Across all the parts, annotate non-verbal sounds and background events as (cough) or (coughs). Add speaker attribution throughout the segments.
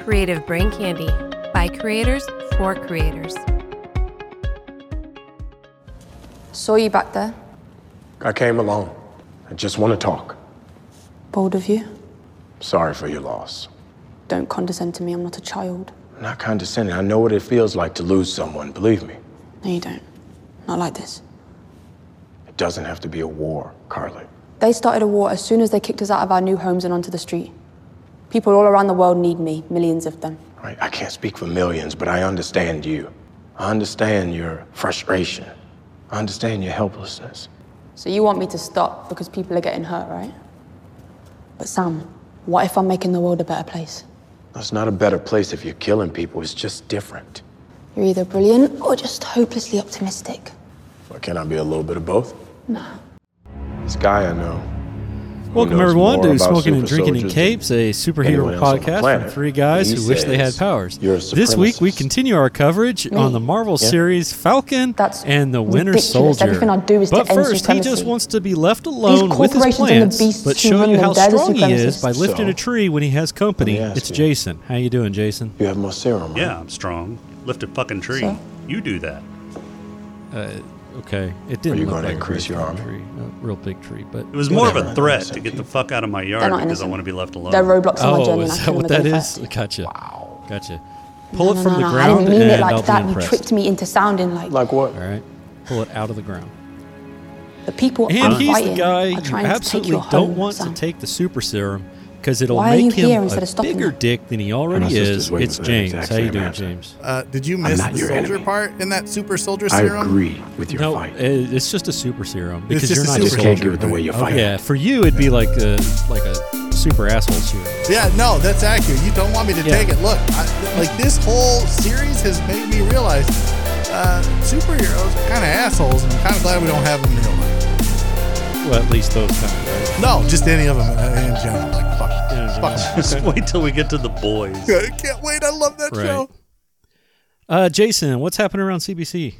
Speaker 1: Creative Brain Candy by creators for creators.
Speaker 2: Saw you back there.
Speaker 3: I came alone. I just want to talk.
Speaker 2: Bold of you.
Speaker 3: Sorry for your loss.
Speaker 2: Don't condescend to me. I'm not a child.
Speaker 3: I'm not condescending. I know what it feels like to lose someone, believe me.
Speaker 2: No, you don't. Not like this.
Speaker 3: It doesn't have to be a war, Carly.
Speaker 2: They started a war as soon as they kicked us out of our new homes and onto the street. People all around the world need me, millions of them.
Speaker 3: Right? I can't speak for millions, but I understand you. I understand your frustration. I understand your helplessness.
Speaker 2: So you want me to stop because people are getting hurt, right? But Sam, what if I'm making the world a better place?
Speaker 3: It's not a better place if you're killing people, it's just different.
Speaker 2: You're either brilliant or just hopelessly optimistic.
Speaker 3: Well, can I be a little bit of both? No. This guy I know. who
Speaker 4: Welcome,
Speaker 3: knows
Speaker 4: everyone,
Speaker 3: more
Speaker 4: to
Speaker 3: about
Speaker 4: Smoking
Speaker 3: super
Speaker 4: and Drinking in
Speaker 3: soldiers than-
Speaker 4: Capes, a
Speaker 3: anyone
Speaker 4: superhero
Speaker 3: else on the
Speaker 4: podcast from
Speaker 3: planet.
Speaker 4: three guys
Speaker 3: He
Speaker 4: who wish they had
Speaker 3: says,
Speaker 4: powers.
Speaker 3: "You're a
Speaker 4: This week, we
Speaker 3: supremacist."
Speaker 4: continue our coverage on the Marvel series Falcon
Speaker 2: That's
Speaker 4: and the Winter
Speaker 2: ridiculous.
Speaker 4: Soldier.
Speaker 2: Everything I do is to
Speaker 4: but
Speaker 2: end
Speaker 4: first, he just
Speaker 2: supremacy.
Speaker 4: wants to be left alone with his
Speaker 2: corporations and the
Speaker 4: plans,
Speaker 2: beasts
Speaker 4: but
Speaker 2: who
Speaker 4: show
Speaker 2: run
Speaker 4: you
Speaker 2: them,
Speaker 4: how
Speaker 2: they're the
Speaker 4: strong he is by
Speaker 2: supremacists.
Speaker 4: lifting
Speaker 3: So,
Speaker 4: a tree when he has company.
Speaker 3: let me ask
Speaker 4: It's
Speaker 3: you.
Speaker 4: Jason. How you doing, Jason?
Speaker 3: You have more serum. right?
Speaker 5: Yeah, I'm strong. Lift a fucking tree.
Speaker 2: So?
Speaker 5: You do that.
Speaker 4: Okay, it didn't.
Speaker 3: Are you
Speaker 4: look
Speaker 3: gonna
Speaker 4: like a
Speaker 3: increase
Speaker 4: very
Speaker 3: your
Speaker 4: big
Speaker 3: army?
Speaker 4: Tree, a real big tree, but
Speaker 5: It was more of
Speaker 3: Whatever.
Speaker 5: a threat to get the fuck out of my
Speaker 2: They're
Speaker 5: yard
Speaker 2: not
Speaker 5: because
Speaker 2: innocent.
Speaker 5: I want to be left alone.
Speaker 2: They're roadblocks on my
Speaker 4: Oh,
Speaker 2: journey, and I
Speaker 4: is that
Speaker 2: kill
Speaker 4: what
Speaker 2: them
Speaker 4: that
Speaker 2: with
Speaker 4: is?
Speaker 2: impact.
Speaker 4: Gotcha. Gotcha. Pull it
Speaker 2: No,
Speaker 4: from
Speaker 2: no,
Speaker 4: the
Speaker 2: no,
Speaker 4: ground
Speaker 2: I didn't mean
Speaker 4: and
Speaker 2: it like
Speaker 4: I'll
Speaker 2: that.
Speaker 4: be
Speaker 2: You
Speaker 4: impressed.
Speaker 2: tricked me into sounding like
Speaker 3: Like what?
Speaker 4: All right. Pull it out of the ground.
Speaker 2: the people
Speaker 4: And
Speaker 2: I'm
Speaker 4: he's
Speaker 2: fighting
Speaker 4: the guy
Speaker 2: are
Speaker 4: you
Speaker 2: trying to take
Speaker 4: absolutely
Speaker 2: your
Speaker 4: don't
Speaker 2: home,
Speaker 4: want
Speaker 2: Sam.
Speaker 4: to take the super serum because it'll
Speaker 2: Why are you
Speaker 4: make
Speaker 2: here
Speaker 4: him
Speaker 2: instead
Speaker 4: a
Speaker 2: of stopping
Speaker 4: bigger
Speaker 2: me?
Speaker 4: dick than he already
Speaker 3: sister's
Speaker 4: is.
Speaker 3: waiting
Speaker 4: It's
Speaker 3: for that
Speaker 4: James.
Speaker 3: exact
Speaker 4: How you
Speaker 3: same
Speaker 4: doing,
Speaker 3: answer.
Speaker 4: James?
Speaker 6: Uh, did you miss
Speaker 3: not
Speaker 6: the
Speaker 3: your
Speaker 6: soldier
Speaker 3: enemy.
Speaker 6: part in that super soldier
Speaker 3: I
Speaker 6: serum?
Speaker 3: agree with your
Speaker 4: No,
Speaker 3: fight.
Speaker 4: it- it's just a super serum because
Speaker 6: just
Speaker 4: you're
Speaker 6: a
Speaker 4: not
Speaker 6: super
Speaker 4: just
Speaker 3: just can't
Speaker 6: soldier.
Speaker 3: give it the way you
Speaker 6: Okay.
Speaker 3: fight.
Speaker 4: Yeah, for you it'd be like a like a super asshole serum.
Speaker 6: Yeah, no, that's accurate. You don't want me to
Speaker 4: Yeah.
Speaker 6: take it. Look, I, th- like this whole series has made me realize uh, superheroes are kind of assholes, and I'm kind of glad we don't have them in real life.
Speaker 4: Well, at least those kind of. Right?
Speaker 6: No, just any of them uh, in general. Like, fuck.
Speaker 4: In
Speaker 6: Yeah, fuck.
Speaker 4: general.
Speaker 5: Just wait till we get to the boys.
Speaker 6: I (laughs) can't wait. I love that
Speaker 4: Right.
Speaker 6: show.
Speaker 4: Uh, Jason, what's happening around CBC?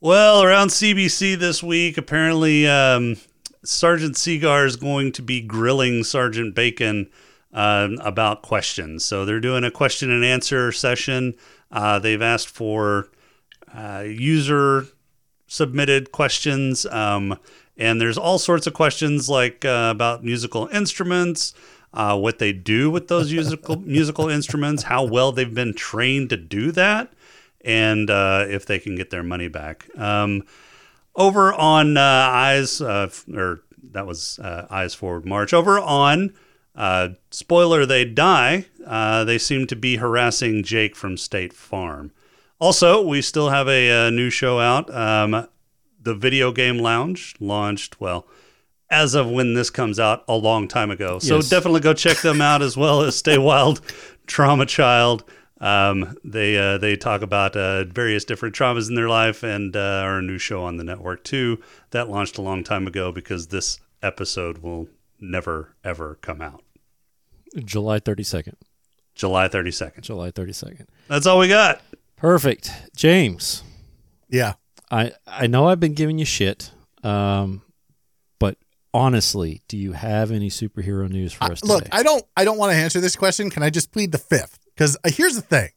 Speaker 5: Well, around CBC this week, apparently um, Sergeant Seagar is going to be grilling Sergeant Bacon um, about questions. So they're doing a question and answer session. Uh, they've asked for uh, user submitted questions. Um, and there's all sorts of questions like uh, about musical instruments, uh, what they do with those musical musical instruments, how well they've been trained to do that, and uh, if they can get their money back. Um, over on uh, eyes, uh, f- or that was uh, eyes forward march. Over on uh, spoiler, they die. Uh, they seem to be harassing Jake from State Farm. Also, we still have a, uh new show out. Um, the Video Game Lounge launched, well, as of when this comes out a long time ago. So
Speaker 4: Yes.
Speaker 5: definitely go check them out as well as Stay Wild, Trauma Child. Um, they uh, they talk about uh, various different traumas in their life and uh, our new show on the network too that launched a long time ago because this episode will never ever come out.
Speaker 4: July 32nd.
Speaker 5: July 32nd.
Speaker 4: July 32nd.
Speaker 5: That's all we got.
Speaker 4: Perfect. James,
Speaker 6: Yeah.
Speaker 4: I, I know I've been giving you shit, um, but honestly, do you have any superhero news for us
Speaker 6: Look,
Speaker 4: today?
Speaker 6: I don't I don't want to answer this question. Can I just plead the fifth? Because here's the thing.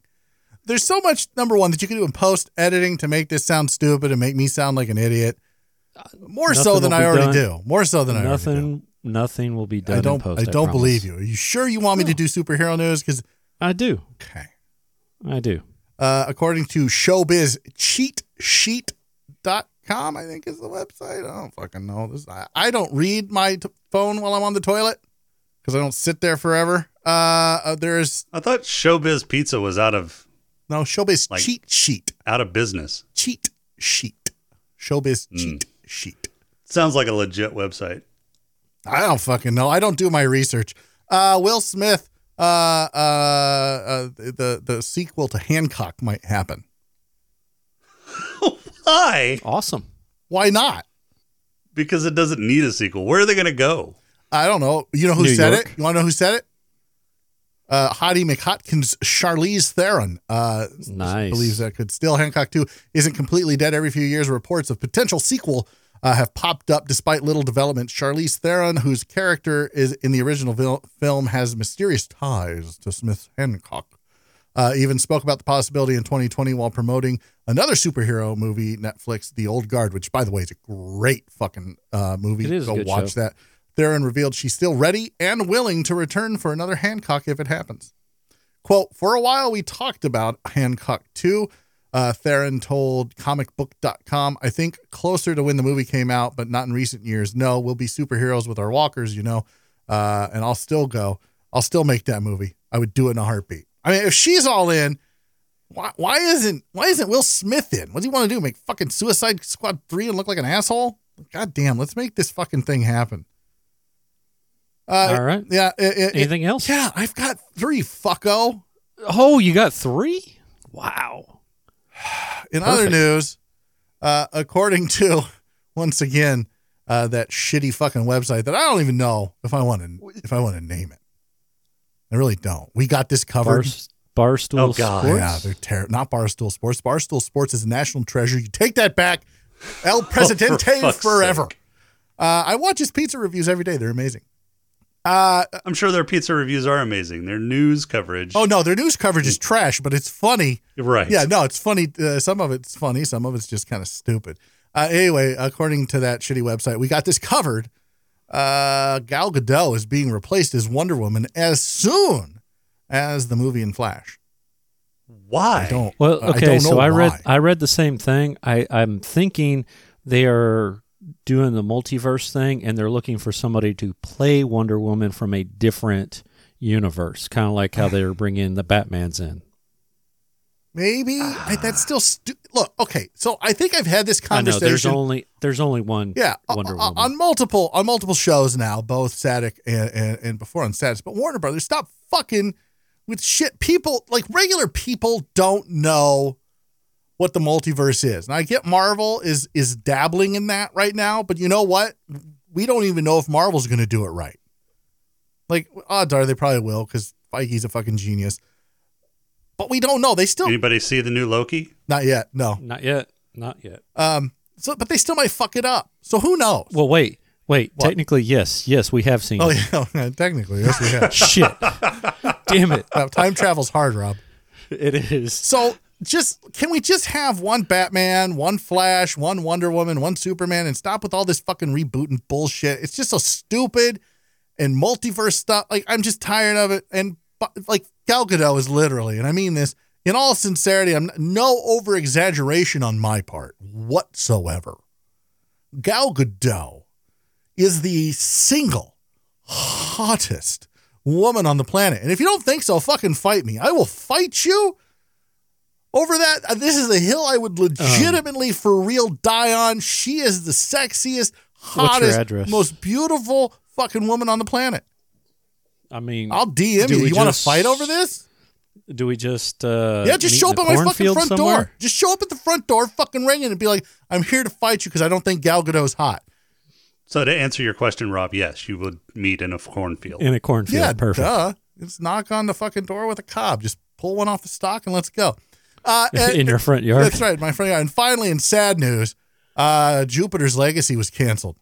Speaker 6: There's so much number one that you can do in post editing to make this sound stupid and make me sound like an idiot. Uh, More so
Speaker 4: Nothing
Speaker 6: than
Speaker 4: will
Speaker 6: I
Speaker 4: be
Speaker 6: already
Speaker 4: done.
Speaker 6: do. More so than I already do.
Speaker 4: nothing, nothing will be done.
Speaker 6: I
Speaker 4: in
Speaker 6: don't
Speaker 4: post,
Speaker 6: I don't
Speaker 4: promise.
Speaker 6: believe you. Are you sure you want me to do superhero news? Because
Speaker 4: I do.
Speaker 6: okay.
Speaker 4: I do.
Speaker 6: Uh, according to showbiz cheat sheet.com, I think is the website. I don't fucking know. This I, I don't read my t- phone while I'm on the toilet because I don't sit there forever. Uh, uh, there's
Speaker 5: I thought Showbiz Pizza was out of
Speaker 6: No, showbiz
Speaker 5: Like-
Speaker 6: cheat sheet.
Speaker 5: out of business.
Speaker 6: Cheat sheet. Showbiz
Speaker 4: Hmm.
Speaker 5: Mm.
Speaker 6: cheat sheet.
Speaker 5: Sounds like a legit website.
Speaker 6: I don't fucking know. I don't do my research. Uh, Will Smith, uh, uh, uh, the the sequel to Hancock might happen.
Speaker 5: Why?
Speaker 4: Awesome.
Speaker 6: Why not?
Speaker 5: Because it doesn't need a sequel. Where are they going to go?
Speaker 6: I don't know. You know who
Speaker 4: New
Speaker 6: said
Speaker 4: York.
Speaker 6: it? You want to know who said it? Uh, Hottie McHotkins, Charlize Theron. Uh,
Speaker 4: Nice.
Speaker 6: believes that could still Hancock 2 isn't completely dead every few years reports of potential sequel uh, have popped up despite little development. Charlize Theron, whose character is in the original vil- film, has mysterious ties to Smith Hancock. Uh, even spoke about the possibility in 2020 while promoting another superhero movie, Netflix, The Old Guard, which, by the way, is a great fucking uh, movie.
Speaker 4: It is a
Speaker 6: Go
Speaker 4: good
Speaker 6: watch
Speaker 4: show.
Speaker 6: that. Theron revealed she's still ready and willing to return for another Hancock if it happens. Quote, for a while we talked about Hancock 2. Uh, Theron told comicbook.com, I think closer to when the movie came out, but not in recent years. No, we'll be superheroes with our walkers, you know, uh, and I'll still go. I'll still make that movie. I would do it in a heartbeat. I mean, if she's all in, why, why isn't why isn't Will Smith in? What does he want to do? Make fucking Suicide Squad 3 and look like an asshole? God damn, let's make this fucking thing happen. Uh,
Speaker 4: All right.
Speaker 6: Yeah. it- it- it-
Speaker 4: Anything else?
Speaker 6: yeah, I've got three fucko.
Speaker 4: Oh, you got three? Wow.
Speaker 6: In other
Speaker 4: Perfect.
Speaker 6: news, uh, according to (laughs) once again uh, that shitty fucking website that I don't even know if I want to if I want to name it. I really don't. We got this covered.
Speaker 4: Barst- Barstool
Speaker 5: Oh, God.
Speaker 4: Sports.
Speaker 6: Yeah, they're ter- not Barstool Sports. Barstool Sports is a national treasure. You take that back,
Speaker 4: (laughs)
Speaker 6: El Presidente
Speaker 5: fuck's
Speaker 6: forever.
Speaker 5: sake.
Speaker 6: Uh, I watch his pizza reviews every day. They're amazing. Uh,
Speaker 5: I'm sure their pizza reviews are amazing. Their news coverage.
Speaker 6: oh no, their news coverage is trash, but it's funny.
Speaker 5: right.
Speaker 6: Yeah, no, it's funny. Uh, some of it's funny, some of it's just kind of stupid. Uh, anyway, according to that shitty website, we got this covered. Uh, Gal Gadot is being replaced as Wonder Woman as soon as the movie in Flash.
Speaker 5: Why?
Speaker 6: I don't.
Speaker 4: Well,
Speaker 6: I
Speaker 4: okay.
Speaker 6: don't know
Speaker 4: so I read
Speaker 6: why.
Speaker 4: I read the same thing. I I'm thinking they are doing the multiverse thing, and they're looking for somebody to play Wonder Woman from a different universe, kind of like how they're bringing the Batman's in.
Speaker 6: Maybe I, that's still stu- look. Okay, so I think I've had this
Speaker 4: I know there's
Speaker 6: conversation.
Speaker 4: only there's only one
Speaker 6: yeah, uh, o-
Speaker 4: Wonder
Speaker 6: o-
Speaker 4: Woman.
Speaker 6: on multiple on multiple shows now, both Satic and, and and before on Satis. But Warner Brothers, stop fucking with shit. People like regular people don't know what the multiverse is, and I get Marvel is is dabbling in that right now. But you know what? We don't even know if Marvel's going to do it right. Like odds are they probably will because Feige's a fucking genius. But we don't know. They still
Speaker 5: Anybody see the new Loki?
Speaker 6: not yet. No.
Speaker 4: not yet. Not yet.
Speaker 6: Um, so, but they still might fuck it up. So who knows?
Speaker 4: Well, wait, wait.
Speaker 6: What?
Speaker 4: Technically, yes, yes, we have seen.
Speaker 6: oh (laughs)
Speaker 4: it.
Speaker 6: yeah, technically, yes, we
Speaker 4: (laughs)
Speaker 6: have.
Speaker 4: Shit. Damn it.
Speaker 6: Uh, time travel's hard, Rob.
Speaker 4: It is.
Speaker 6: So just can we just have one Batman, one Flash, one Wonder Woman, one Superman, and stop with all this fucking rebooting bullshit? It's just so stupid and multiverse stuff. Like I'm just tired of it. And bu- like Gal Gadot is literally, and I mean this in all sincerity. I'm no over exaggeration on my part whatsoever. Gal Gadot is the single hottest woman on the planet. And if you don't think so, fucking fight me. I will fight you over that. Uh, This is a hill I
Speaker 4: Um,
Speaker 6: would legitimately for real die on. She is the sexiest,
Speaker 4: your
Speaker 6: hottest,
Speaker 4: address?
Speaker 6: most beautiful fucking woman on the planet.
Speaker 4: I mean,
Speaker 6: I'll DM
Speaker 4: Do
Speaker 6: you.
Speaker 4: we
Speaker 6: You want to
Speaker 4: just-
Speaker 6: fight over this?
Speaker 4: do we just uh,
Speaker 6: yeah, just
Speaker 4: meet
Speaker 6: show
Speaker 4: in
Speaker 6: up
Speaker 4: the
Speaker 6: at my fucking
Speaker 4: cornfield
Speaker 6: front
Speaker 4: somewhere?
Speaker 6: door. Just show up at the front door, fucking ringing, and be like, "I'm here to fight you because I don't think Gal Gadot's hot."
Speaker 5: So to answer your question, Rob, yes, you would meet in a cornfield.
Speaker 4: in a cornfield.
Speaker 6: yeah,
Speaker 4: perfect.
Speaker 6: Duh. Just knock on the fucking door with a cob. Just pull one off the stock and let's go.
Speaker 4: (laughs)
Speaker 6: Uh, and-
Speaker 4: in your front yard.
Speaker 6: That's right, my friend. And finally, in sad news, uh, Jupiter's Legacy was canceled.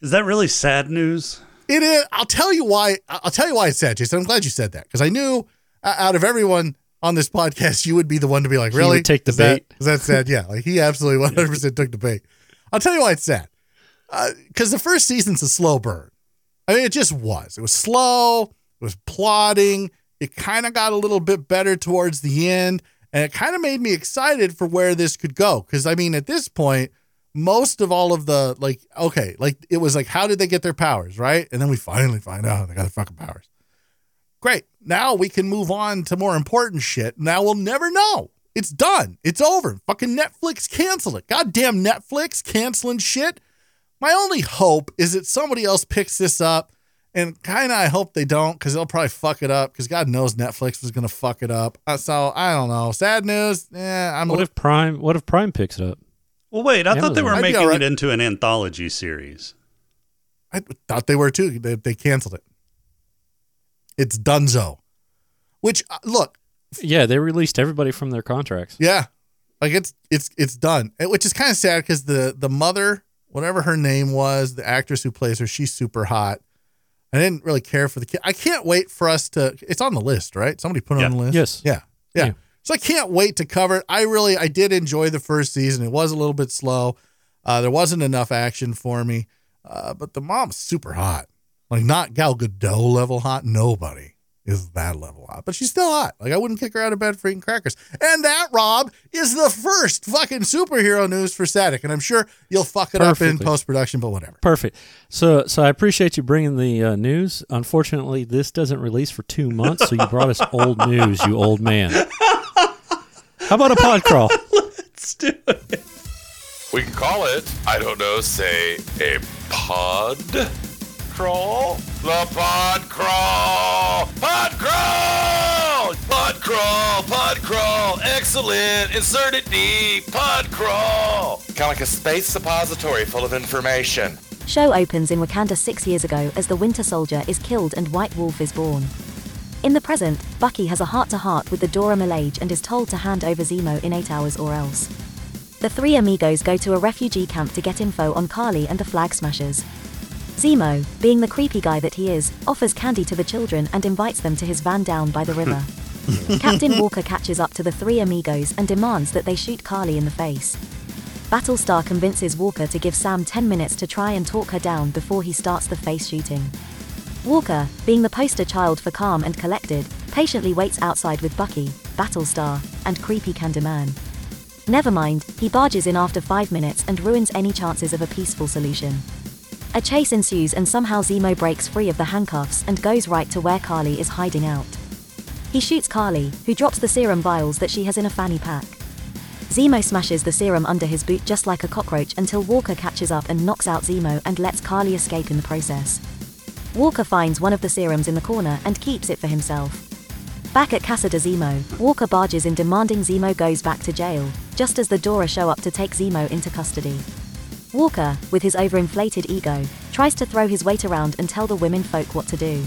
Speaker 5: Is that really sad news?
Speaker 6: It is. I'll tell you why. I'll tell you why it's sad, Jason. I'm glad you said that because I knew uh, out of everyone on this podcast, you would be the one to be like,
Speaker 4: He
Speaker 6: "Really?
Speaker 4: would take the
Speaker 6: Is that-
Speaker 4: bait."
Speaker 6: Is that sad? Yeah, like he absolutely
Speaker 4: (laughs)
Speaker 6: 100 percent took the bait. I'll tell you why it's sad. Because the first season's a slow burn. I mean, it just was. It was slow. It was plodding. It kind of got a little bit better towards the end, and it kind of made me excited for where this could go. Because I mean, at this point, most of all of the like, okay, like it was like, how did they get their powers, right? And then we finally find out they got their fucking powers. Great. Now we can move on to more important shit. Now we'll never know. It's done. It's over. Fucking Netflix canceled it. Goddamn Netflix canceling shit. My only hope is that somebody else picks this up, and kind of I hope they don't because they'll probably fuck it up because God knows Netflix was going to fuck it up. Uh, so I don't know. Sad news. Yeah, I'm a
Speaker 4: What
Speaker 6: little.
Speaker 4: if Prime? What if Prime picks it up?
Speaker 5: Well, wait, I thought they
Speaker 4: Amazon.
Speaker 5: were
Speaker 6: I'd be
Speaker 5: making
Speaker 6: all right.
Speaker 5: it into an anthology series.
Speaker 6: I thought they were too. They, they canceled it. It's Dunzo, which, uh, look,
Speaker 4: Yeah, they released everybody from their contracts.
Speaker 6: Yeah, like it's it's it's done, And- which is kind of sad because the the mother whatever her name was, the actress who plays her, she's super hot. I didn't really care for the kid. I can't wait for us to. It's on the list, right? Somebody put it on
Speaker 5: Yeah.
Speaker 6: the list.
Speaker 4: Yes.
Speaker 6: Yeah. yeah.
Speaker 4: Yeah.
Speaker 6: So I can't wait to cover it. I really, I did enjoy the first season. It was a little bit slow. Uh, there wasn't enough action for me. Uh, but the mom's super hot. Like not Gal Gadot level hot. Nobody is that level hot. But she's still hot. Like I wouldn't kick her out of bed for eating crackers. And that Rob is the first fucking superhero news for Static. And I'm sure you'll fuck it up in
Speaker 4: Perfectly.
Speaker 6: post production, but whatever.
Speaker 4: Perfect. So, so I appreciate you bringing the uh, news. Unfortunately, this doesn't release for two months, so you brought us
Speaker 6: (laughs)
Speaker 4: old news, you old man. How about a pod crawl?
Speaker 5: Let's do it.
Speaker 7: We can call it, I don't know, say a pod crawl? The pod crawl! Pod crawl! Pod crawl! Pod crawl! Excellent! Insert it deep! Pod crawl! Kind of like a space suppository full of information.
Speaker 8: Show opens in Wakanda six years ago as the Winter Soldier is killed and White Wolf is born. In the present, Bucky has a heart to heart with the Dora Milaje and is told to hand over Zemo in eight hours or else. The three amigos go to a refugee camp to get info on Carly and the Flag Smashers. Zemo, being the creepy guy that he is, offers candy to the children and invites them to his van down by the river. Captain Walker catches up to the three amigos and demands that they shoot Carly in the face. Battlestar convinces Walker to give Sam 10 minutes to try and talk her down before he starts the face shooting. Walker, being the poster child for calm and collected, patiently waits outside with Bucky, Battlestar, and creepy Candyman. Never mind, he barges in after 5 minutes and ruins any chances of a peaceful solution. A chase ensues and somehow Zemo breaks free of the handcuffs and goes right to where Carly is hiding out. He shoots Carly, who drops the serum vials that she has in a fanny pack. Zemo smashes the serum under his boot just like a cockroach until Walker catches up and knocks out Zemo and lets Carly escape in the process. Walker finds one of the serums in the corner and keeps it for himself. Back at Casa de Zemo, Walker barges in demanding Zemo goes back to jail, just as the Dora show up to take Zemo into custody. Walker, with his overinflated ego, tries to throw his weight around and tell the women folk what to do.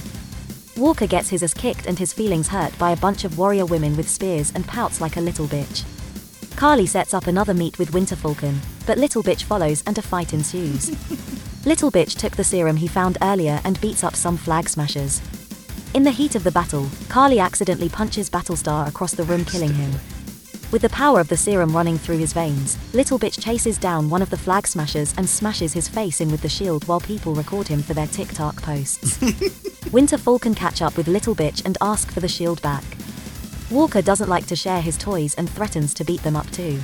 Speaker 8: Walker gets his ass kicked and his feelings hurt by a bunch of warrior women with spears and pouts like a little bitch. Carly sets up another meet with Winter Falcon, but Little Bitch follows and a fight ensues. Little Bitch took the serum he found earlier and beats up some flag smashers. In the heat of the battle, Carly accidentally punches Battlestar across the room, killing him. With the power of the serum running through his veins, Little Bitch chases down one of the flag smashers and smashes his face in with the shield while people record him for their TikTok posts. Winter Falcon catch up with Little Bitch and ask for the shield back. Walker doesn't like to share his toys and threatens to beat them up too.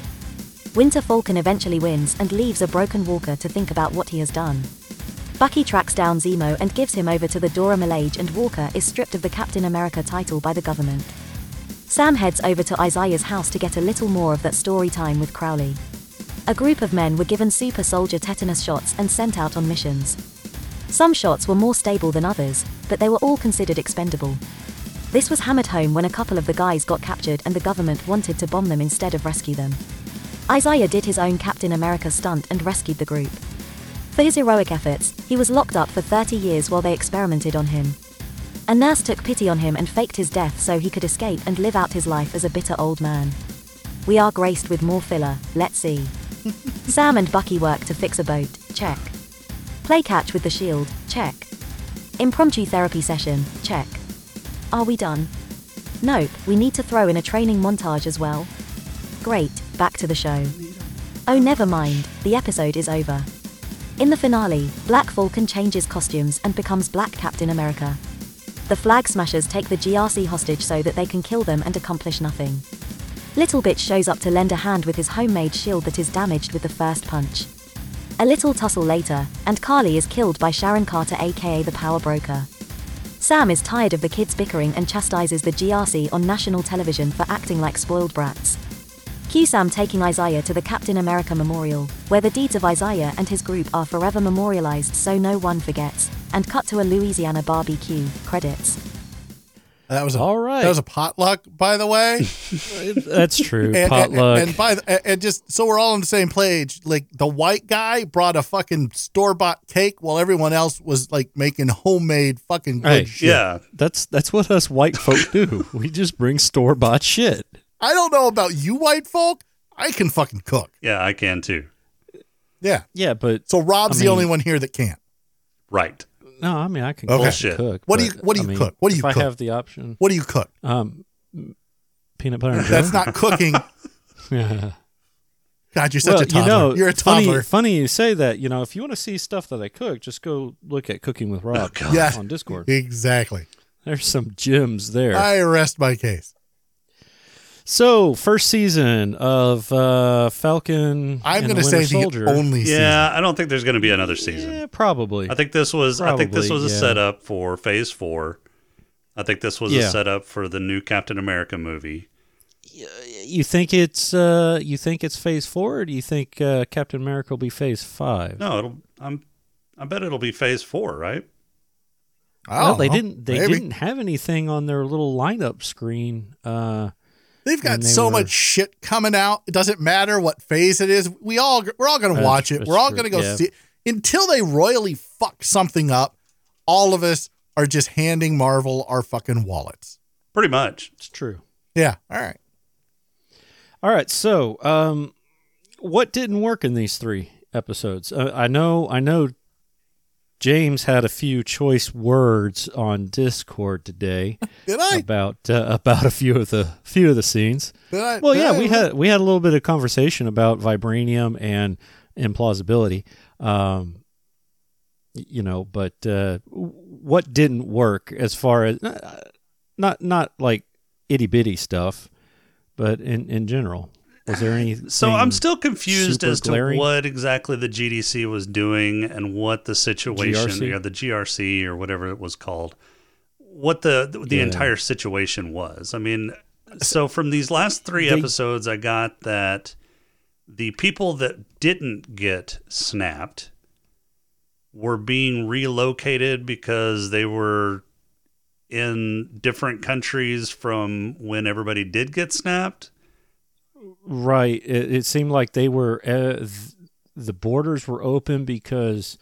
Speaker 8: Winter Falcon eventually wins and leaves a broken Walker to think about what he has done. Bucky tracks down Zemo and gives him over to the Dora Milaje and Walker is stripped of the Captain America title by the government. Sam heads over to Isaiah's house to get a little more of that story time with Crowley. A group of men were given super soldier tetanus shots and sent out on missions. Some shots were more stable than others, but they were all considered expendable. This was hammered home when a couple of the guys got captured and the government wanted to bomb them instead of rescue them. Isaiah did his own Captain America stunt and rescued the group. For his heroic efforts, he was locked up for 30 years while they experimented on him. A nurse took pity on him and faked his death so he could escape and live out his life as a bitter old man. We are graced with more filler, let's see. Sam and Bucky work to fix a boat, check. Play catch with the shield, check. Impromptu therapy session, check. Are we done? Nope, we need to throw in a training montage as well. Great, back to the show. Oh, never mind, the episode is over. In the finale, Black Falcon changes costumes and becomes Black Captain America. The Flag Smashers take the GRC hostage so that they can kill them and accomplish nothing. Little Bitch shows up to lend a hand with his homemade shield that is damaged with the first punch. A little tussle later, and Carly is killed by Sharon Carter, aka the Power Broker. Sam is tired of the kids bickering and chastises the GRC on national television for acting like spoiled brats. Cue Sam taking Isaiah to the Captain America Memorial, where the deeds of Isaiah and his group are forever memorialized so no one forgets, and cut to a Louisiana barbecue, credits.
Speaker 6: That was a,
Speaker 4: All right.
Speaker 6: That was a potluck, by the
Speaker 4: (laughs)
Speaker 6: way.
Speaker 4: That's true.
Speaker 6: and, and-
Speaker 4: Potluck.
Speaker 6: And, by the, and- and just so we're all on the same page, like the white guy brought a fucking store bought cake while everyone else was like making homemade fucking good
Speaker 4: Hey.
Speaker 6: shit.
Speaker 5: Yeah.
Speaker 4: that's that's what us white folk do. we just bring store bought shit.
Speaker 6: I don't know about you white folk. I can fucking cook.
Speaker 5: Yeah, I can too.
Speaker 6: Yeah.
Speaker 4: Yeah, but
Speaker 6: So Rob's
Speaker 4: I
Speaker 6: the
Speaker 4: mean-
Speaker 6: only one here that can't.
Speaker 5: Right.
Speaker 4: no, I mean I can
Speaker 6: Okay.
Speaker 4: cook.
Speaker 5: Bullshit.
Speaker 4: cook
Speaker 6: What do you-
Speaker 4: but,
Speaker 6: what do
Speaker 4: I
Speaker 6: you
Speaker 4: mean,
Speaker 6: cook? What do you
Speaker 4: if
Speaker 6: cook?
Speaker 4: I have the option,
Speaker 6: What do you cook?
Speaker 4: um, peanut
Speaker 6: (laughs)
Speaker 4: butter and
Speaker 6: That's
Speaker 4: jelly.
Speaker 6: not cooking.
Speaker 4: (laughs) Yeah.
Speaker 6: God, you're such
Speaker 4: well,
Speaker 6: a toddler.
Speaker 4: you know,
Speaker 6: you're a
Speaker 4: funny-
Speaker 6: toddler.
Speaker 4: Funny, you say that. You know, if you want to see stuff that I cook, just go look at Cooking with
Speaker 5: Oh,
Speaker 4: Rob on,
Speaker 6: Yeah.
Speaker 4: on Discord.
Speaker 6: Exactly.
Speaker 4: There's some gems there.
Speaker 6: I arrest my case.
Speaker 4: so, first season of uh, Falcon.
Speaker 6: I'm
Speaker 4: going
Speaker 6: going to
Speaker 4: to
Speaker 6: say
Speaker 4: Soldier.
Speaker 6: the only season.
Speaker 5: Yeah, I don't think there's going to be another season.
Speaker 4: Yeah, probably.
Speaker 5: I think this was I think this
Speaker 4: Probably,
Speaker 5: was a
Speaker 4: yeah.
Speaker 5: setup for Phase Four. I think this was
Speaker 4: Yeah.
Speaker 5: a setup for the new Captain America movie.
Speaker 4: you think it's uh, you think it's Phase Four, or do you think uh, Captain America will be Phase Five?
Speaker 5: No, it'll I'm I bet it'll be Phase Four, right?
Speaker 6: I
Speaker 4: Well,
Speaker 6: don't
Speaker 4: they
Speaker 6: know.
Speaker 4: didn't. They
Speaker 6: Oh, Maybe.
Speaker 4: didn't have anything on their little lineup screen. Uh,
Speaker 6: They've got
Speaker 4: And they
Speaker 6: so
Speaker 4: were-
Speaker 6: much shit coming out. It doesn't matter what phase it is. We all we're all going to
Speaker 4: That's-
Speaker 6: watch it.
Speaker 4: that's
Speaker 6: We're all
Speaker 4: true.
Speaker 6: going to go
Speaker 4: Yeah.
Speaker 6: see it. until they royally fuck something up. All of us are just handing Marvel our fucking wallets.
Speaker 5: Pretty much.
Speaker 4: it's true.
Speaker 6: Yeah. All right.
Speaker 4: All right. So, um, what didn't work in these three episodes? Uh, I know. I know. James had a few choice words on Discord today
Speaker 6: Did I?
Speaker 4: about uh, about a few of the few of the scenes.
Speaker 6: Did I?
Speaker 4: Well,
Speaker 6: did
Speaker 4: yeah,
Speaker 6: I-
Speaker 4: we had we had a little bit of conversation about vibranium and implausibility. Um, y- you know, but uh, w- what didn't work as far as uh, not not like itty bitty stuff, but in in general, was there any?
Speaker 5: (laughs) So I'm still confused
Speaker 4: super
Speaker 5: as to
Speaker 4: glaring?
Speaker 5: what exactly the GDC was doing and what the situation
Speaker 4: GRC?
Speaker 5: or the GRC or whatever it was called, what the the
Speaker 4: Yeah.
Speaker 5: entire situation was. I mean, so from these last three
Speaker 4: They-
Speaker 5: episodes, I got that the people that didn't get snapped were being relocated because they were in different countries from when everybody did get snapped.
Speaker 4: right. It, it seemed like they were uh, th- the borders were open because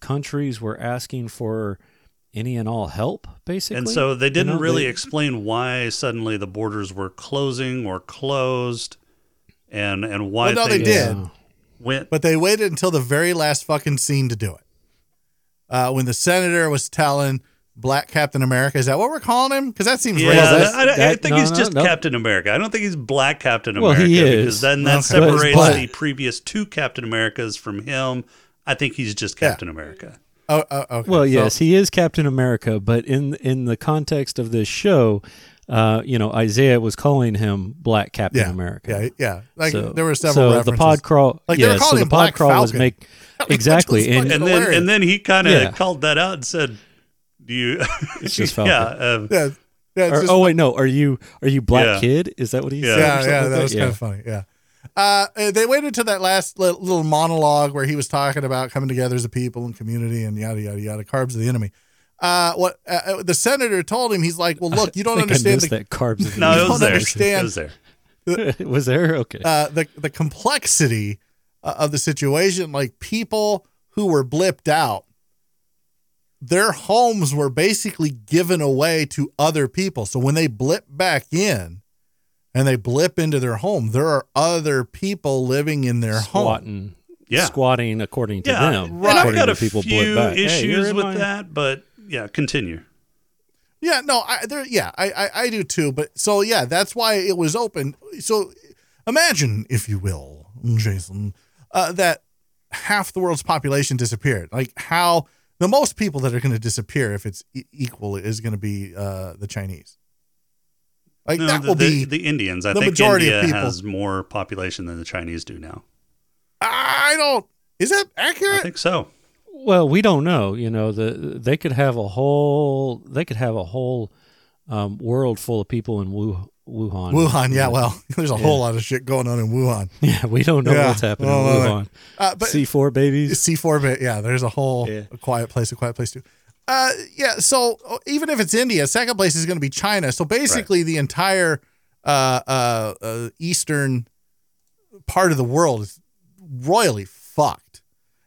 Speaker 4: countries were asking for any and all help, basically.
Speaker 5: And so they
Speaker 4: You
Speaker 5: didn't
Speaker 4: know,
Speaker 5: really
Speaker 4: they-
Speaker 5: explain why suddenly the borders were closing or closed and and why
Speaker 6: Well, no, they
Speaker 5: things
Speaker 6: did.
Speaker 5: went
Speaker 6: but they waited until the very last fucking scene to do it. Uh, when the senator was telling Black Captain America, is that what we're calling him? Because that seems
Speaker 5: yeah,
Speaker 6: racist.
Speaker 4: that's-
Speaker 5: I, I
Speaker 4: that-
Speaker 5: think
Speaker 4: no,
Speaker 5: he's
Speaker 4: no,
Speaker 5: just
Speaker 4: no.
Speaker 5: Captain America. I don't think he's Black Captain
Speaker 4: Well,
Speaker 5: America
Speaker 4: he
Speaker 5: because
Speaker 4: is.
Speaker 5: then that
Speaker 6: Okay.
Speaker 5: separates
Speaker 6: But-
Speaker 5: the previous two Captain Americas from him. I think he's just
Speaker 6: Yeah.
Speaker 5: Captain America.
Speaker 6: Oh, oh, okay.
Speaker 4: Well,
Speaker 6: So-
Speaker 4: yes, he is Captain America, but in in the context of this show, uh, you know, Isaiah was calling him Black Captain
Speaker 6: yeah,
Speaker 4: America.
Speaker 6: Yeah, yeah. Like
Speaker 4: So-
Speaker 6: there were
Speaker 4: So
Speaker 6: several.
Speaker 4: the
Speaker 6: references.
Speaker 4: pod crawl,
Speaker 6: Like, they were
Speaker 4: yeah. So
Speaker 6: calling
Speaker 4: the
Speaker 6: him Black
Speaker 4: pod crawl was
Speaker 6: Falcon.
Speaker 4: make
Speaker 6: (laughs) Which was
Speaker 4: exactly, and
Speaker 6: fucking-
Speaker 5: And then
Speaker 6: Hilarious.
Speaker 5: and then he kind of
Speaker 4: Yeah.
Speaker 5: called that out and said, "Do you?"
Speaker 4: it's just Falcon.
Speaker 5: (laughs) yeah, um,
Speaker 6: Yeah, yeah, it's
Speaker 4: Or-
Speaker 6: just-
Speaker 4: oh wait, no. Are you are you Black
Speaker 5: Yeah.
Speaker 4: Kid? Is that what he
Speaker 5: Yeah.
Speaker 4: said? or
Speaker 6: yeah,
Speaker 4: something
Speaker 6: yeah.
Speaker 4: like
Speaker 6: That was kind of funny. Yeah. Uh, uh, they waited to that last li- little monologue where he was talking about coming together as a people and community and yada yada yada. Carbs of the enemy. Uh, what uh, uh, the senator told him, he's like, "Well,
Speaker 4: (laughs)
Speaker 6: look, you
Speaker 4: I
Speaker 6: don't
Speaker 4: think I
Speaker 6: understand
Speaker 4: missed
Speaker 6: the
Speaker 4: that carbs. of the
Speaker 5: (laughs) no,
Speaker 4: year.
Speaker 5: it was
Speaker 6: don't
Speaker 5: there. It
Speaker 6: understand.
Speaker 5: was there.
Speaker 6: (laughs)
Speaker 4: It (laughs) was there. Okay.
Speaker 6: uh, the the complexity uh, of the situation. Like people who were blipped out, their homes were basically given away to other people. So when they blip back in, and they blip into their home, there are other people living in their home.
Speaker 4: squatting.
Speaker 5: Yeah.
Speaker 4: Squatting according to them.
Speaker 5: And I've
Speaker 4: according
Speaker 5: got
Speaker 4: to
Speaker 5: a
Speaker 4: people
Speaker 5: few
Speaker 4: blew back. Hey,
Speaker 5: issues
Speaker 4: you're in
Speaker 5: with
Speaker 4: my-
Speaker 5: that, but yeah, continue.
Speaker 6: Yeah, no, I there yeah, I, I I do too, but so yeah, that's why it was open. So imagine if you will, Jason, uh, that half the world's population disappeared. Like how the most people that are going to disappear if it's e- equal is going to be uh, the Chinese. Like
Speaker 5: No,
Speaker 6: that
Speaker 5: the,
Speaker 6: will
Speaker 5: the,
Speaker 6: be
Speaker 5: the Indians. I
Speaker 6: the
Speaker 5: think
Speaker 6: majority of
Speaker 5: India
Speaker 6: people.
Speaker 5: has more population than the Chinese do now.
Speaker 6: I don't is that
Speaker 5: I
Speaker 6: accurate?
Speaker 5: think so.
Speaker 4: Well, we don't know. You know, the they could have a whole they could have a whole um, world full of people in Wu, Wuhan.
Speaker 6: Wuhan, yeah, well, (laughs) there's a whole lot of shit going on in Wuhan.
Speaker 4: (laughs) yeah, we don't know
Speaker 6: Yeah.
Speaker 4: what's happening
Speaker 6: Well,
Speaker 4: in
Speaker 6: well,
Speaker 4: Wuhan.
Speaker 6: Uh, but
Speaker 4: C four babies.
Speaker 6: C four bit. Yeah, there's a whole
Speaker 4: Yeah.
Speaker 6: a quiet place, a quiet place too. Uh, yeah. So uh, even if it's India, second place is going to be China. So basically, the entire uh, uh, uh, eastern part of the world is royally fucked.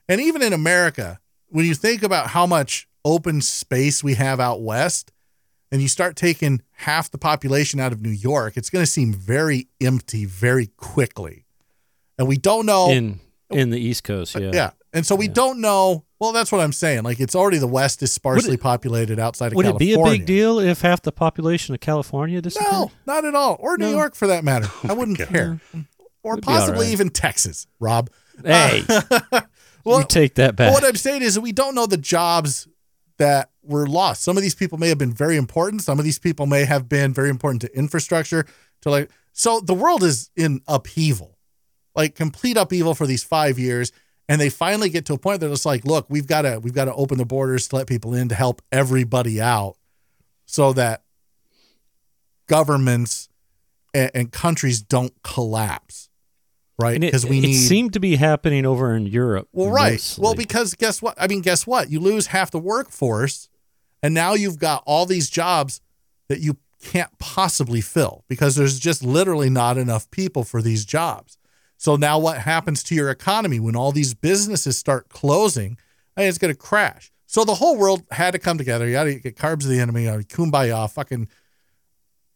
Speaker 6: And even in America, when you think about how much open space we have out west, and you start taking half the population out of New York, it's going to seem very empty very quickly. And we don't know
Speaker 4: In in the East Coast. Yeah.
Speaker 6: Yeah. And so we don't know. Well, that's what I'm saying. Like it's already the West is sparsely populated outside of
Speaker 4: Would it be
Speaker 6: California.
Speaker 4: a big deal if half the population of California disappeared?
Speaker 6: No, not at all. Or New York for
Speaker 4: (laughs)
Speaker 6: that matter. I wouldn't care. Or
Speaker 4: be all
Speaker 6: possibly
Speaker 4: right.
Speaker 6: even Texas,
Speaker 4: (laughs)
Speaker 6: Rob.
Speaker 4: Hey,
Speaker 6: Uh, Well,
Speaker 4: you take that back.
Speaker 6: What I'm saying is that we don't know the jobs that were lost. Some of these people may have been very important. Some of these people may have been very important to infrastructure. To like, so the world is in upheaval, like complete upheaval for these five years, and they finally get to a point that it's like, look, we've got to we've got to open the borders to let people in to help everybody out, so that governments and, and countries don't collapse, right?
Speaker 4: And it,
Speaker 6: Because we
Speaker 4: it
Speaker 6: need
Speaker 4: seemed to be happening over in Europe.
Speaker 6: well, right.
Speaker 4: mostly.
Speaker 6: Well, because guess what? I mean, guess what? You lose half the workforce, and now you've got all these jobs that you can't possibly fill because there's just literally not enough people for these jobs. So now what happens to your economy when all these businesses start closing? I mean, it's going to crash. So the whole world had to come together. You got to get carbs of the enemy, you gotta kumbaya, fucking.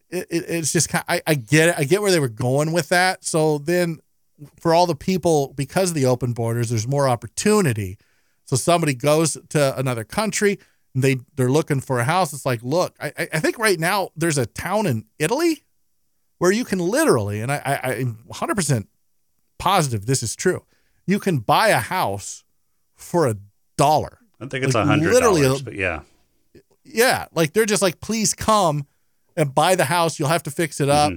Speaker 6: It, it, it's just kind. I, I get it. I get where they were going with that. So then for all the people because of the open borders there's more opportunity so somebody goes to another country and they they're looking for a house it's like look i I- i think right now there's a town in italy where you can literally and i i i'm 100% positive this is true you can buy a house for a dollar
Speaker 5: I think it's a
Speaker 6: Like,
Speaker 5: hundred
Speaker 6: literally
Speaker 5: dollars,
Speaker 6: a-
Speaker 5: but yeah,
Speaker 6: yeah like they're just like please come and buy the house you'll have to fix it up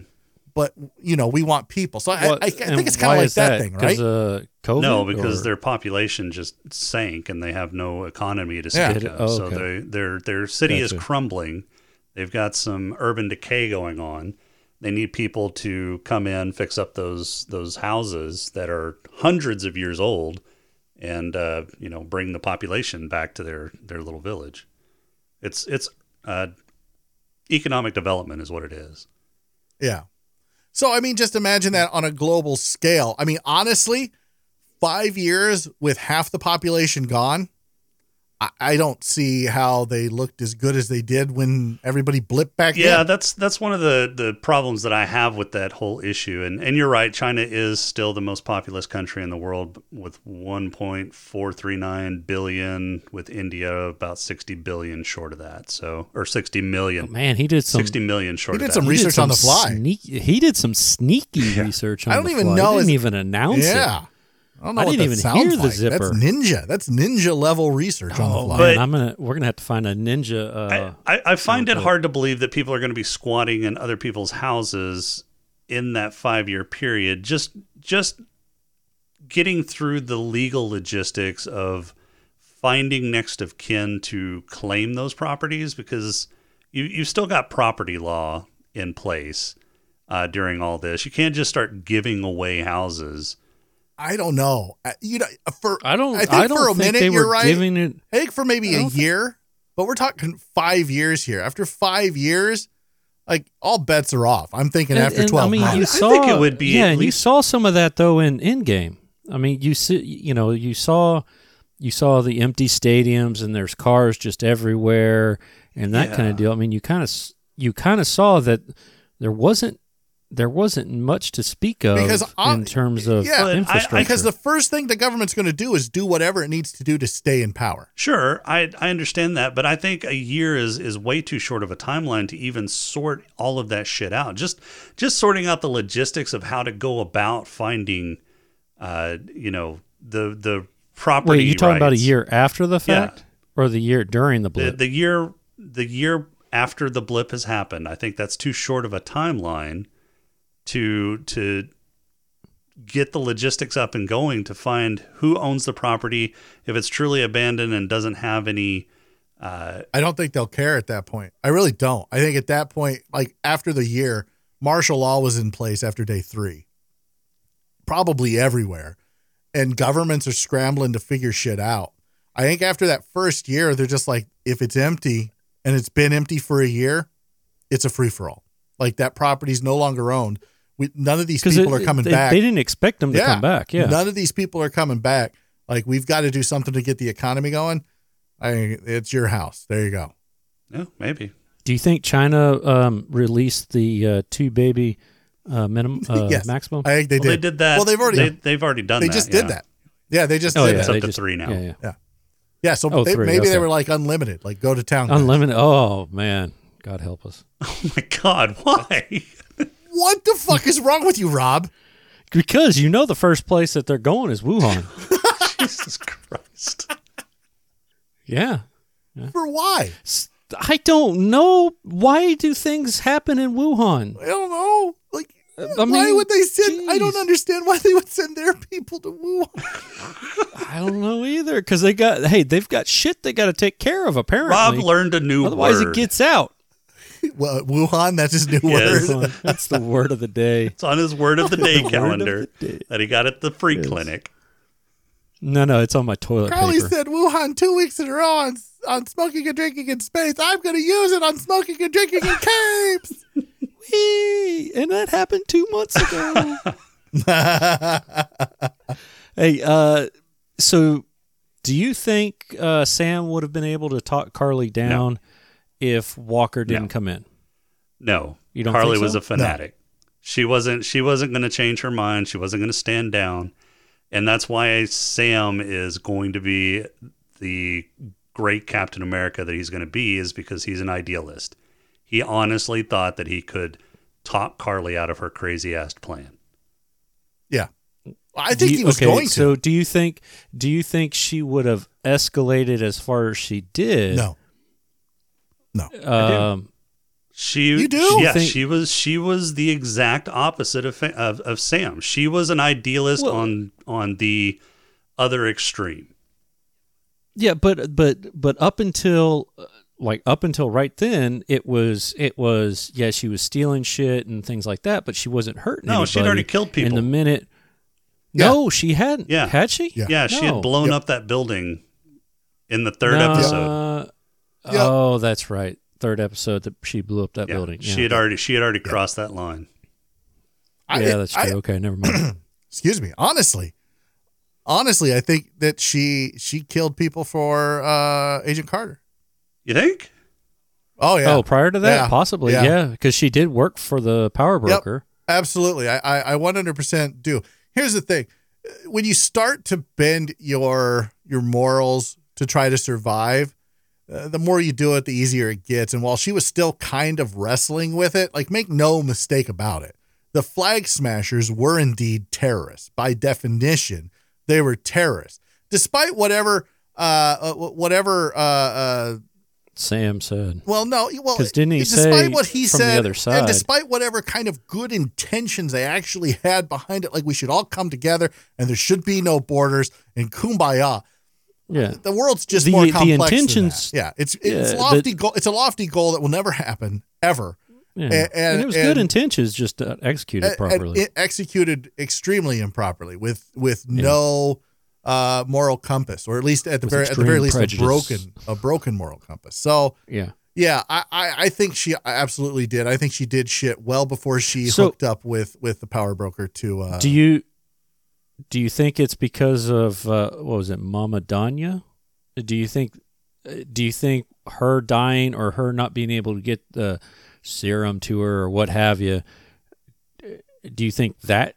Speaker 6: but you know we want people so I
Speaker 4: What-
Speaker 6: I, I
Speaker 4: Mm-hmm. and
Speaker 6: think it's
Speaker 4: why
Speaker 6: kind of like
Speaker 4: is
Speaker 6: that, thing
Speaker 4: 'Cause,
Speaker 6: right
Speaker 4: Uh, COVID
Speaker 5: no, because
Speaker 4: or-
Speaker 5: their population just sank and they have no economy to
Speaker 6: Yeah.
Speaker 5: speak
Speaker 4: Did-
Speaker 5: of.
Speaker 4: oh,
Speaker 5: So
Speaker 4: okay.
Speaker 5: they, their their city is
Speaker 4: Gotcha.
Speaker 5: crumbling. They've got some urban decay going on. They need people to come in, fix up those those houses that are hundreds of years old, and uh, you know bring the population back to their their little village. It's it's uh, economic development is what it is.
Speaker 6: Yeah. So I mean, just imagine that on a global scale. I mean, honestly, five years with half the population gone, I, I don't see how they looked as good as they did when everybody blipped back
Speaker 5: yeah,
Speaker 6: in.
Speaker 5: that's that's one of the the problems that I have with that whole issue. And and you're right, China is still the most populous country in the world with 1.439 billion, with India about 60 billion short of that. So or 60 million,
Speaker 4: man, he did some
Speaker 5: 60 million short.
Speaker 6: He
Speaker 5: of
Speaker 6: did
Speaker 5: that.
Speaker 6: some
Speaker 4: he did
Speaker 6: research on the fly.
Speaker 4: sneak- he did some sneaky research on
Speaker 6: I don't
Speaker 4: the
Speaker 6: even
Speaker 4: fly.
Speaker 6: know
Speaker 4: He
Speaker 6: his-
Speaker 4: didn't even announce it.
Speaker 6: yeah. I don't know
Speaker 4: I
Speaker 6: what
Speaker 4: didn't even
Speaker 6: that sounds
Speaker 4: hear the
Speaker 6: like.
Speaker 4: zipper. Oh,
Speaker 6: That's ninja. That's ninja level research on the fly.
Speaker 5: But-
Speaker 4: Man, I'm gonna we're gonna have to find a ninja. Uh,
Speaker 5: I, I find it hard to believe that people are going to be squatting in other people's houses in that five year period. Just just getting through the legal logistics of finding next of kin to claim those properties because you you've still got property law in place uh, during all this. You can't just start giving away houses.
Speaker 6: I don't know. I- You know, for
Speaker 4: I, don't. I,
Speaker 6: I think
Speaker 4: don't
Speaker 6: for a
Speaker 4: think
Speaker 6: minute
Speaker 4: they
Speaker 6: you're
Speaker 4: were
Speaker 6: right.
Speaker 4: giving it.
Speaker 6: I think for maybe
Speaker 4: I
Speaker 6: a
Speaker 4: don't thi-
Speaker 6: year, but we're talking five years here. After five years, like all bets are off. I'm thinking
Speaker 4: And-
Speaker 6: after
Speaker 4: and,
Speaker 6: twelve
Speaker 4: I mean,
Speaker 6: months.
Speaker 4: you
Speaker 5: I
Speaker 4: saw,
Speaker 5: think it would be
Speaker 4: Yeah, and
Speaker 5: at
Speaker 4: you
Speaker 5: least-
Speaker 4: saw some of that though in Endgame. I mean, you see, you know, you saw, you saw the empty stadiums and there's cars just everywhere and that kind of deal. I mean, you kind of, you kind of saw that there wasn't, there wasn't much to speak of
Speaker 6: Because I-
Speaker 4: in terms of
Speaker 6: yeah,
Speaker 5: I- I-
Speaker 4: infrastructure.
Speaker 6: Because the first thing the government's going to do is do whatever it needs to do to stay in power.
Speaker 5: Sure, I I understand that, but I think a year is is way too short of a timeline to even sort all of that shit out. Just just sorting out the logistics of how to go about finding, uh, you know, the the property.
Speaker 4: Wait, you talking about a
Speaker 5: rights.
Speaker 4: year after the
Speaker 5: Yeah.
Speaker 4: fact or the year during the
Speaker 5: The,
Speaker 4: blip?
Speaker 5: the year the year after the blip has happened, I think that's too short of a timeline to to get the logistics up and going to find who owns the property if it's truly abandoned and doesn't have any. Uh,
Speaker 6: I don't think they'll care at that point. I really don't. I think at that point, like after the year, martial law was in place after day three, probably everywhere. And governments are scrambling to figure shit out. I think after that first year, they're just like, if it's empty and it's been empty for a year, it's a free for all. Like that property's no longer owned. We, none of these
Speaker 4: 'Cause
Speaker 6: people
Speaker 4: it-
Speaker 6: are coming
Speaker 4: they,
Speaker 6: back.
Speaker 4: They didn't expect them to come back. Yeah.
Speaker 6: None of these people are coming back. Like we've got to do something to get the economy going. I it's your house. There you go.
Speaker 5: yeah, oh, maybe.
Speaker 4: Do you think China um, released the uh, two baby uh, minimum uh,
Speaker 6: yes.
Speaker 4: maximum?
Speaker 5: (laughs)
Speaker 6: I think they
Speaker 4: Uh,
Speaker 6: (laughs)
Speaker 5: Well,
Speaker 6: did.
Speaker 5: they did that.
Speaker 6: Well, they've already
Speaker 5: they, have already done.
Speaker 6: they
Speaker 5: that,
Speaker 6: just
Speaker 5: yeah.
Speaker 6: did that. Yeah, they just
Speaker 4: Oh
Speaker 6: did
Speaker 4: yeah,
Speaker 6: it.
Speaker 5: It's up
Speaker 4: they
Speaker 5: to
Speaker 4: just-
Speaker 5: three now.
Speaker 4: Yeah, yeah.
Speaker 6: Yeah, so
Speaker 4: Oh,
Speaker 6: they-
Speaker 4: three,
Speaker 6: maybe
Speaker 4: okay.
Speaker 6: they were like unlimited, like go to town.
Speaker 4: Unlimited. Oh man, God help us.
Speaker 5: Oh (laughs) my God,
Speaker 4: (laughs)
Speaker 5: why?
Speaker 6: what the fuck is wrong with you, Rob?
Speaker 4: Because you know the first place that they're going is Wuhan.
Speaker 5: (laughs) Jesus Christ.
Speaker 4: yeah.
Speaker 6: For why?
Speaker 4: S- I don't know why do things happen in Wuhan.
Speaker 6: I don't know. Like,
Speaker 4: Uh, I
Speaker 6: why
Speaker 4: mean,
Speaker 6: would they send? I don't
Speaker 4: jeez.
Speaker 6: understand why they would send their people to Wuhan. (laughs)
Speaker 4: I don't know either because they got hey they've got shit they got to take care of apparently.
Speaker 5: Rob learned a new
Speaker 4: Otherwise
Speaker 5: word.
Speaker 4: it gets
Speaker 5: (laughs)
Speaker 4: out.
Speaker 6: well, Wuhan, that's his new
Speaker 5: Yes.
Speaker 6: (laughs) word.
Speaker 4: That's the word of the day.
Speaker 5: it's on his word
Speaker 4: (laughs)
Speaker 5: of the day
Speaker 4: Word of
Speaker 5: calendar
Speaker 4: the day.
Speaker 5: that he got at the free clinic.
Speaker 4: No, no, it's on my toilet
Speaker 6: Carly
Speaker 4: paper.
Speaker 6: said Wuhan two weeks in a row on, on smoking and drinking in space. I'm going to use it on smoking and drinking in (laughs) caves.
Speaker 4: Whee! and that happened two months ago. (laughs) hey, uh, so do you think uh, Sam would have been able to talk Carly down if Walker didn't
Speaker 5: No.
Speaker 4: come in?
Speaker 5: No,
Speaker 4: You don't
Speaker 5: Carly
Speaker 4: think so?
Speaker 5: was a fanatic. She wasn't. She wasn't going to change her mind. She wasn't going to stand down, and that's why Sam is going to be the great Captain America that he's going to be is because he's an idealist. He honestly thought that he could talk Carly out of her crazy ass plan.
Speaker 6: Yeah. I think
Speaker 4: Do you-
Speaker 6: he was
Speaker 4: okay,
Speaker 6: going to.
Speaker 4: So do you think do you think she would have escalated as far as she did?
Speaker 6: no.
Speaker 4: Um,
Speaker 5: She,
Speaker 6: You do?
Speaker 5: she- yeah,
Speaker 4: Think-
Speaker 5: she was. She was the exact opposite of fa- of, of Sam. She was an idealist
Speaker 4: Well-
Speaker 5: on on the other extreme.
Speaker 4: Yeah, but but but up until uh, like up until right then, it was it was yeah, she was stealing shit and things like that, but she wasn't hurting.
Speaker 5: No, she'd
Speaker 4: anybody.
Speaker 5: already killed
Speaker 4: And
Speaker 5: people.
Speaker 4: the minute,
Speaker 6: Yeah.
Speaker 4: no, she hadn't.
Speaker 5: Yeah.
Speaker 4: had she?
Speaker 6: Yeah.
Speaker 5: Yeah, she had
Speaker 4: No.
Speaker 5: blown up that building in the third
Speaker 4: No,
Speaker 5: episode.
Speaker 6: Yep.
Speaker 4: Oh, that's right. Third episode that she blew up that
Speaker 5: Yeah,
Speaker 4: building. Yeah.
Speaker 5: She had already she had already crossed that line.
Speaker 6: I-
Speaker 4: yeah, that's true.
Speaker 6: I-
Speaker 4: okay, never mind.
Speaker 6: excuse me honestly honestly i think that she she killed people for uh agent carter
Speaker 5: You think?
Speaker 6: oh (clears throat) yeah
Speaker 4: Oh, prior to that,
Speaker 6: Yeah.
Speaker 4: possibly.
Speaker 6: Yeah.
Speaker 4: Yeah, because she did work for the power broker.
Speaker 6: absolutely I, I i 100% do here's the thing when you start to bend your your morals to try to survive uh, the more you do it the easier it gets and while she was still kind of wrestling with it like make no mistake about it the flag smashers were indeed terrorists by definition they were terrorists despite whatever uh uh, wh- whatever uh uh
Speaker 4: Sam said.
Speaker 6: well, no. Well,
Speaker 4: 'Cause didn't he
Speaker 6: despite
Speaker 4: say
Speaker 6: what he
Speaker 4: from the
Speaker 6: said,
Speaker 4: other side-
Speaker 6: and despite whatever kind of good intentions they actually had behind it, like we should all come together and there should be no borders and kumbaya.
Speaker 4: Yeah.
Speaker 6: The world's just
Speaker 4: The-
Speaker 6: more
Speaker 4: the
Speaker 6: complex. than
Speaker 4: intentions-
Speaker 6: that. yeah, it's it's
Speaker 4: Yeah,
Speaker 6: lofty goal. It's a lofty goal that will never happen ever.
Speaker 4: Yeah.
Speaker 6: And- and-
Speaker 4: it was good
Speaker 6: and-
Speaker 4: intentions, just uh, executed
Speaker 6: and-
Speaker 4: properly.
Speaker 6: And it executed extremely improperly with with no uh, moral compass, or at least at the
Speaker 4: With
Speaker 6: very at the
Speaker 4: extreme
Speaker 6: very least a
Speaker 4: prejudice.
Speaker 6: broken a broken moral compass. So.
Speaker 4: yeah.
Speaker 6: Yeah, I, I, I think she absolutely did. I think she did shit well before she
Speaker 4: So-
Speaker 6: hooked up with with the power broker to. Uh,
Speaker 4: do you do you think it's because of uh, what was it mama danya do you think uh, do you think her dying or her not being able to get the serum to her or what have you do you think that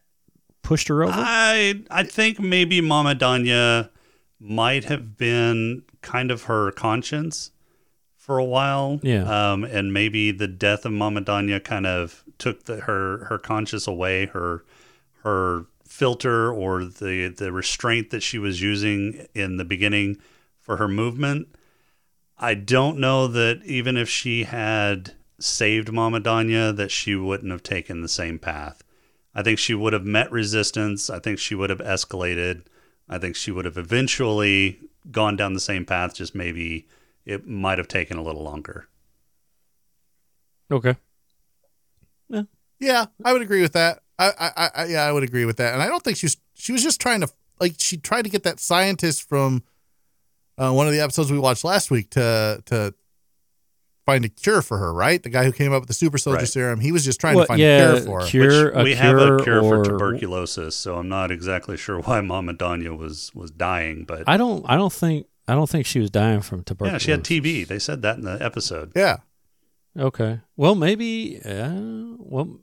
Speaker 4: pushed her over
Speaker 5: I I think maybe Mama Danya might have been kind of her conscience for a while.
Speaker 4: Yeah.
Speaker 5: Um, and maybe the death of Mama Danya kind of took the, her her conscience away, her her filter or the the restraint that she was using in the beginning for her movement. I don't know that even if she had saved Mama Danya, that she wouldn't have taken the same path. I think she would have met resistance. I think she would have escalated. I think she would have eventually gone down the same path, just maybe it might have taken a little longer.
Speaker 4: okay
Speaker 6: yeah, I would agree with that. I, I, I- I, yeah, I would agree with that. And I don't think she was she was just trying to like she tried to get that scientist from uh, one of the episodes we watched last week to to find a cure for her. Right, the guy who came up with the super soldier
Speaker 5: Right.
Speaker 6: serum. He was just trying
Speaker 4: Well,
Speaker 6: to find
Speaker 4: yeah,
Speaker 6: a cure for her.
Speaker 4: cure,
Speaker 5: Which we have a cure
Speaker 4: or-
Speaker 5: for tuberculosis, so I'm not exactly sure why Mama Danya was was dying, but
Speaker 4: i don't i don't think i don't think she was dying from
Speaker 5: yeah,
Speaker 4: tuberculosis
Speaker 5: she had TB. They said that in the episode.
Speaker 6: yeah,
Speaker 4: okay well maybe uh, well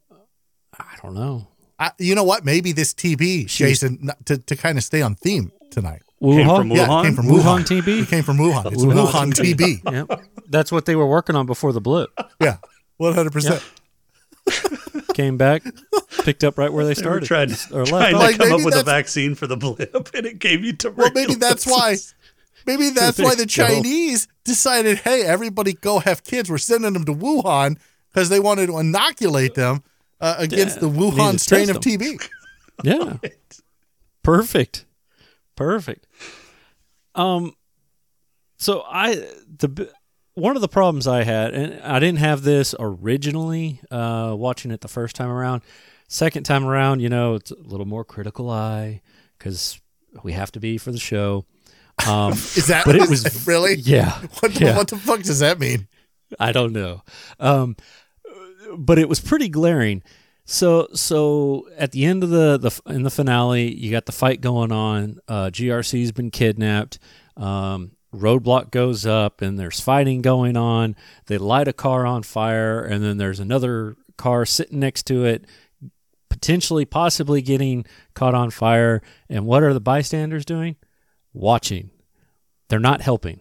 Speaker 4: i don't know
Speaker 6: I, you know what? Maybe this TB,
Speaker 4: She was-
Speaker 6: Jason, not- to to kind of stay on theme. tonight.
Speaker 5: Came
Speaker 4: Wuhan?
Speaker 5: from Wuhan.
Speaker 6: Yeah, it came from
Speaker 4: Wuhan
Speaker 6: Wuhan,
Speaker 4: TB?
Speaker 6: It came from Wuhan. It's Wuhan, TB.
Speaker 4: Yep. That's what they were working on before the blip. (laughs)
Speaker 6: Yeah, one hundred percent.
Speaker 4: Came back, picked up right where they started.
Speaker 5: Started
Speaker 4: (laughs)
Speaker 5: trying,
Speaker 4: or
Speaker 5: trying
Speaker 4: left.
Speaker 5: to
Speaker 6: Like,
Speaker 5: come up
Speaker 6: maybe
Speaker 5: with a
Speaker 6: that's-
Speaker 5: vaccine for the blip, and it gave you
Speaker 6: Well,
Speaker 5: tuberculosis.
Speaker 6: maybe that's why.
Speaker 4: (laughs)
Speaker 6: Maybe that's why the
Speaker 4: There you go.
Speaker 6: Chinese decided, hey, everybody go have kids. We're sending them to Wuhan because they wanted to inoculate them uh, against the
Speaker 4: need to
Speaker 6: Wuhan strain of
Speaker 4: test them.
Speaker 6: TB.
Speaker 4: Yeah. Perfect. Perfect. Um so I the b- one of the problems I had and I didn't have this originally uh watching it the first time around. Second time around, you know, it's a little more critical eye cuz we have to be for the show. Um
Speaker 6: Is that?
Speaker 4: (laughs) But it was-
Speaker 6: (laughs) really.
Speaker 4: yeah.
Speaker 6: What the,
Speaker 4: yeah.
Speaker 6: what the fuck does that mean?
Speaker 4: I don't know. Um, but it was pretty glaring. So so at the end of the, the in the finale, you got the fight going on. Uh, GRC's been kidnapped. Um, roadblock goes up, and there's fighting going on. They light a car on fire, and then there's another car sitting next to it, potentially, possibly getting caught on fire. And what are the bystanders doing? Watching. They're not helping.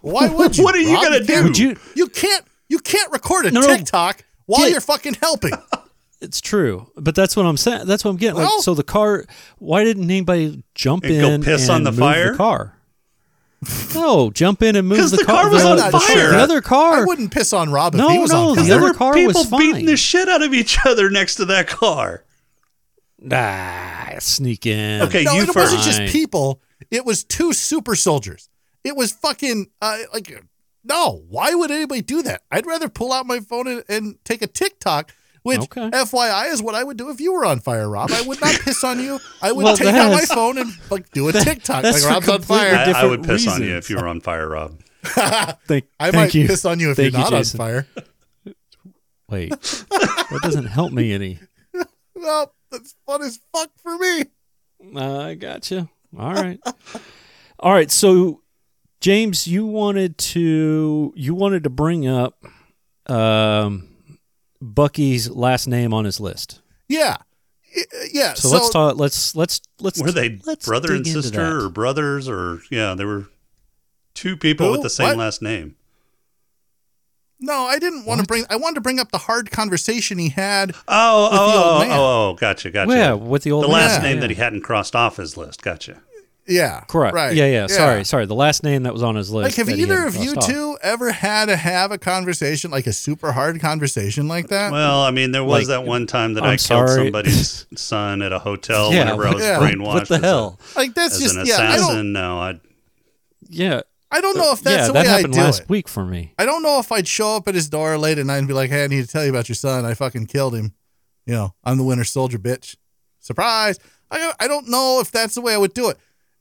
Speaker 6: Why would you?
Speaker 5: What are you
Speaker 6: Rob?
Speaker 5: gonna
Speaker 6: can't-
Speaker 5: do?
Speaker 6: You, can't. You can't record a
Speaker 4: No, no.
Speaker 6: TikTok while
Speaker 4: Get-
Speaker 6: you're fucking helping.
Speaker 4: It's true, but that's what I'm saying. That's what I'm getting.
Speaker 6: Well-
Speaker 4: like, so the car. Why didn't anybody jump
Speaker 5: And
Speaker 4: in
Speaker 5: go piss
Speaker 4: and
Speaker 5: on the
Speaker 4: move
Speaker 5: fire?
Speaker 4: The car. No, jump in and move
Speaker 5: 'Cause
Speaker 4: the,
Speaker 5: the car was
Speaker 4: the,
Speaker 5: on
Speaker 4: the-
Speaker 5: fire.
Speaker 4: The other
Speaker 6: I
Speaker 4: car.
Speaker 6: wouldn't piss on Rob if
Speaker 4: No,
Speaker 6: he was
Speaker 4: no,
Speaker 6: on.
Speaker 4: the
Speaker 6: fire.
Speaker 5: there
Speaker 4: other
Speaker 5: were
Speaker 4: car
Speaker 5: people
Speaker 4: was
Speaker 5: beating
Speaker 4: fine.
Speaker 5: the shit out of each other next to that car.
Speaker 4: Nah, sneak in.
Speaker 5: Okay,
Speaker 6: no,
Speaker 5: you
Speaker 6: and it
Speaker 5: first.
Speaker 6: wasn't
Speaker 4: Fine.
Speaker 6: just people. It was two super soldiers. It was fucking uh, like no. Why would anybody do that? I'd rather pull out my phone and, and take a TikTok. Which,
Speaker 4: Okay.
Speaker 6: FYI, is what I would do if you were on fire, Rob. I
Speaker 4: (laughs)
Speaker 6: would not piss on you. I would
Speaker 4: Well,
Speaker 6: take out my
Speaker 4: that's-
Speaker 6: phone and like do a TikTok.
Speaker 4: that's
Speaker 6: like
Speaker 4: for
Speaker 6: Rob's on
Speaker 4: completely
Speaker 6: fire.
Speaker 5: I, I would
Speaker 4: different
Speaker 5: piss on you
Speaker 4: reasons.
Speaker 5: if you were on fire, Rob.
Speaker 4: Thank,
Speaker 6: I
Speaker 4: thank
Speaker 6: might
Speaker 4: you.
Speaker 6: piss on you if
Speaker 4: Thank
Speaker 6: you're not
Speaker 4: Jason.
Speaker 6: on fire.
Speaker 4: Wait, that doesn't help me any.
Speaker 6: Well, that's fun as fuck for me.
Speaker 4: Uh, I gotcha. All right. All right. So, James, you wanted to you wanted to bring up um, Bucky's last name on his list.
Speaker 6: Yeah, Y- uh, yeah.
Speaker 4: So, let's talk. Let's let's let's.
Speaker 5: Were they
Speaker 4: let's
Speaker 5: brother and
Speaker 4: dig into
Speaker 5: sister
Speaker 4: that.
Speaker 5: or brothers or yeah, there were two people
Speaker 6: Who?
Speaker 5: with the same
Speaker 6: What?
Speaker 5: last name.
Speaker 6: No, I didn't want to bring. I wanted to bring up the hard conversation he had.
Speaker 5: Oh,
Speaker 6: With the old
Speaker 5: oh, oh,
Speaker 6: man.
Speaker 5: oh, oh, gotcha, gotcha.
Speaker 4: Yeah, with the
Speaker 5: the
Speaker 4: old
Speaker 5: last
Speaker 6: man,
Speaker 5: name that he hadn't crossed off his list. Gotcha.
Speaker 6: Yeah,
Speaker 4: Correct.
Speaker 6: Right.
Speaker 4: Yeah, yeah, Sorry, sorry. The last name that was on his list.
Speaker 6: Like, have
Speaker 4: that he
Speaker 6: either
Speaker 4: had
Speaker 6: of you
Speaker 4: crossed off.
Speaker 6: two ever had to have a conversation, like a super hard conversation like that?
Speaker 5: Well, I mean, there
Speaker 4: Like,
Speaker 5: was that one time that
Speaker 4: I'm
Speaker 5: I
Speaker 4: sorry.
Speaker 5: killed
Speaker 4: (laughs)
Speaker 5: somebody's son at a hotel
Speaker 4: Yeah,
Speaker 5: Oh, whenever I was
Speaker 6: yeah.
Speaker 5: brainwashed.
Speaker 4: What the
Speaker 5: as a-
Speaker 4: hell?
Speaker 6: like that's
Speaker 5: As
Speaker 6: just
Speaker 5: an
Speaker 6: yeah. I don't,
Speaker 5: assassin, no, I
Speaker 4: Yeah,
Speaker 6: I don't know if that's
Speaker 4: yeah.
Speaker 6: the
Speaker 4: That
Speaker 6: way I do
Speaker 4: happened last
Speaker 6: it.
Speaker 4: week for me.
Speaker 6: I don't know if I'd show up at his door late at night and be like, "Hey, I need to tell you about your son. I fucking killed him. You know, I'm the Winter Soldier, bitch. Surprise." I I don't know if that's the way I would do it.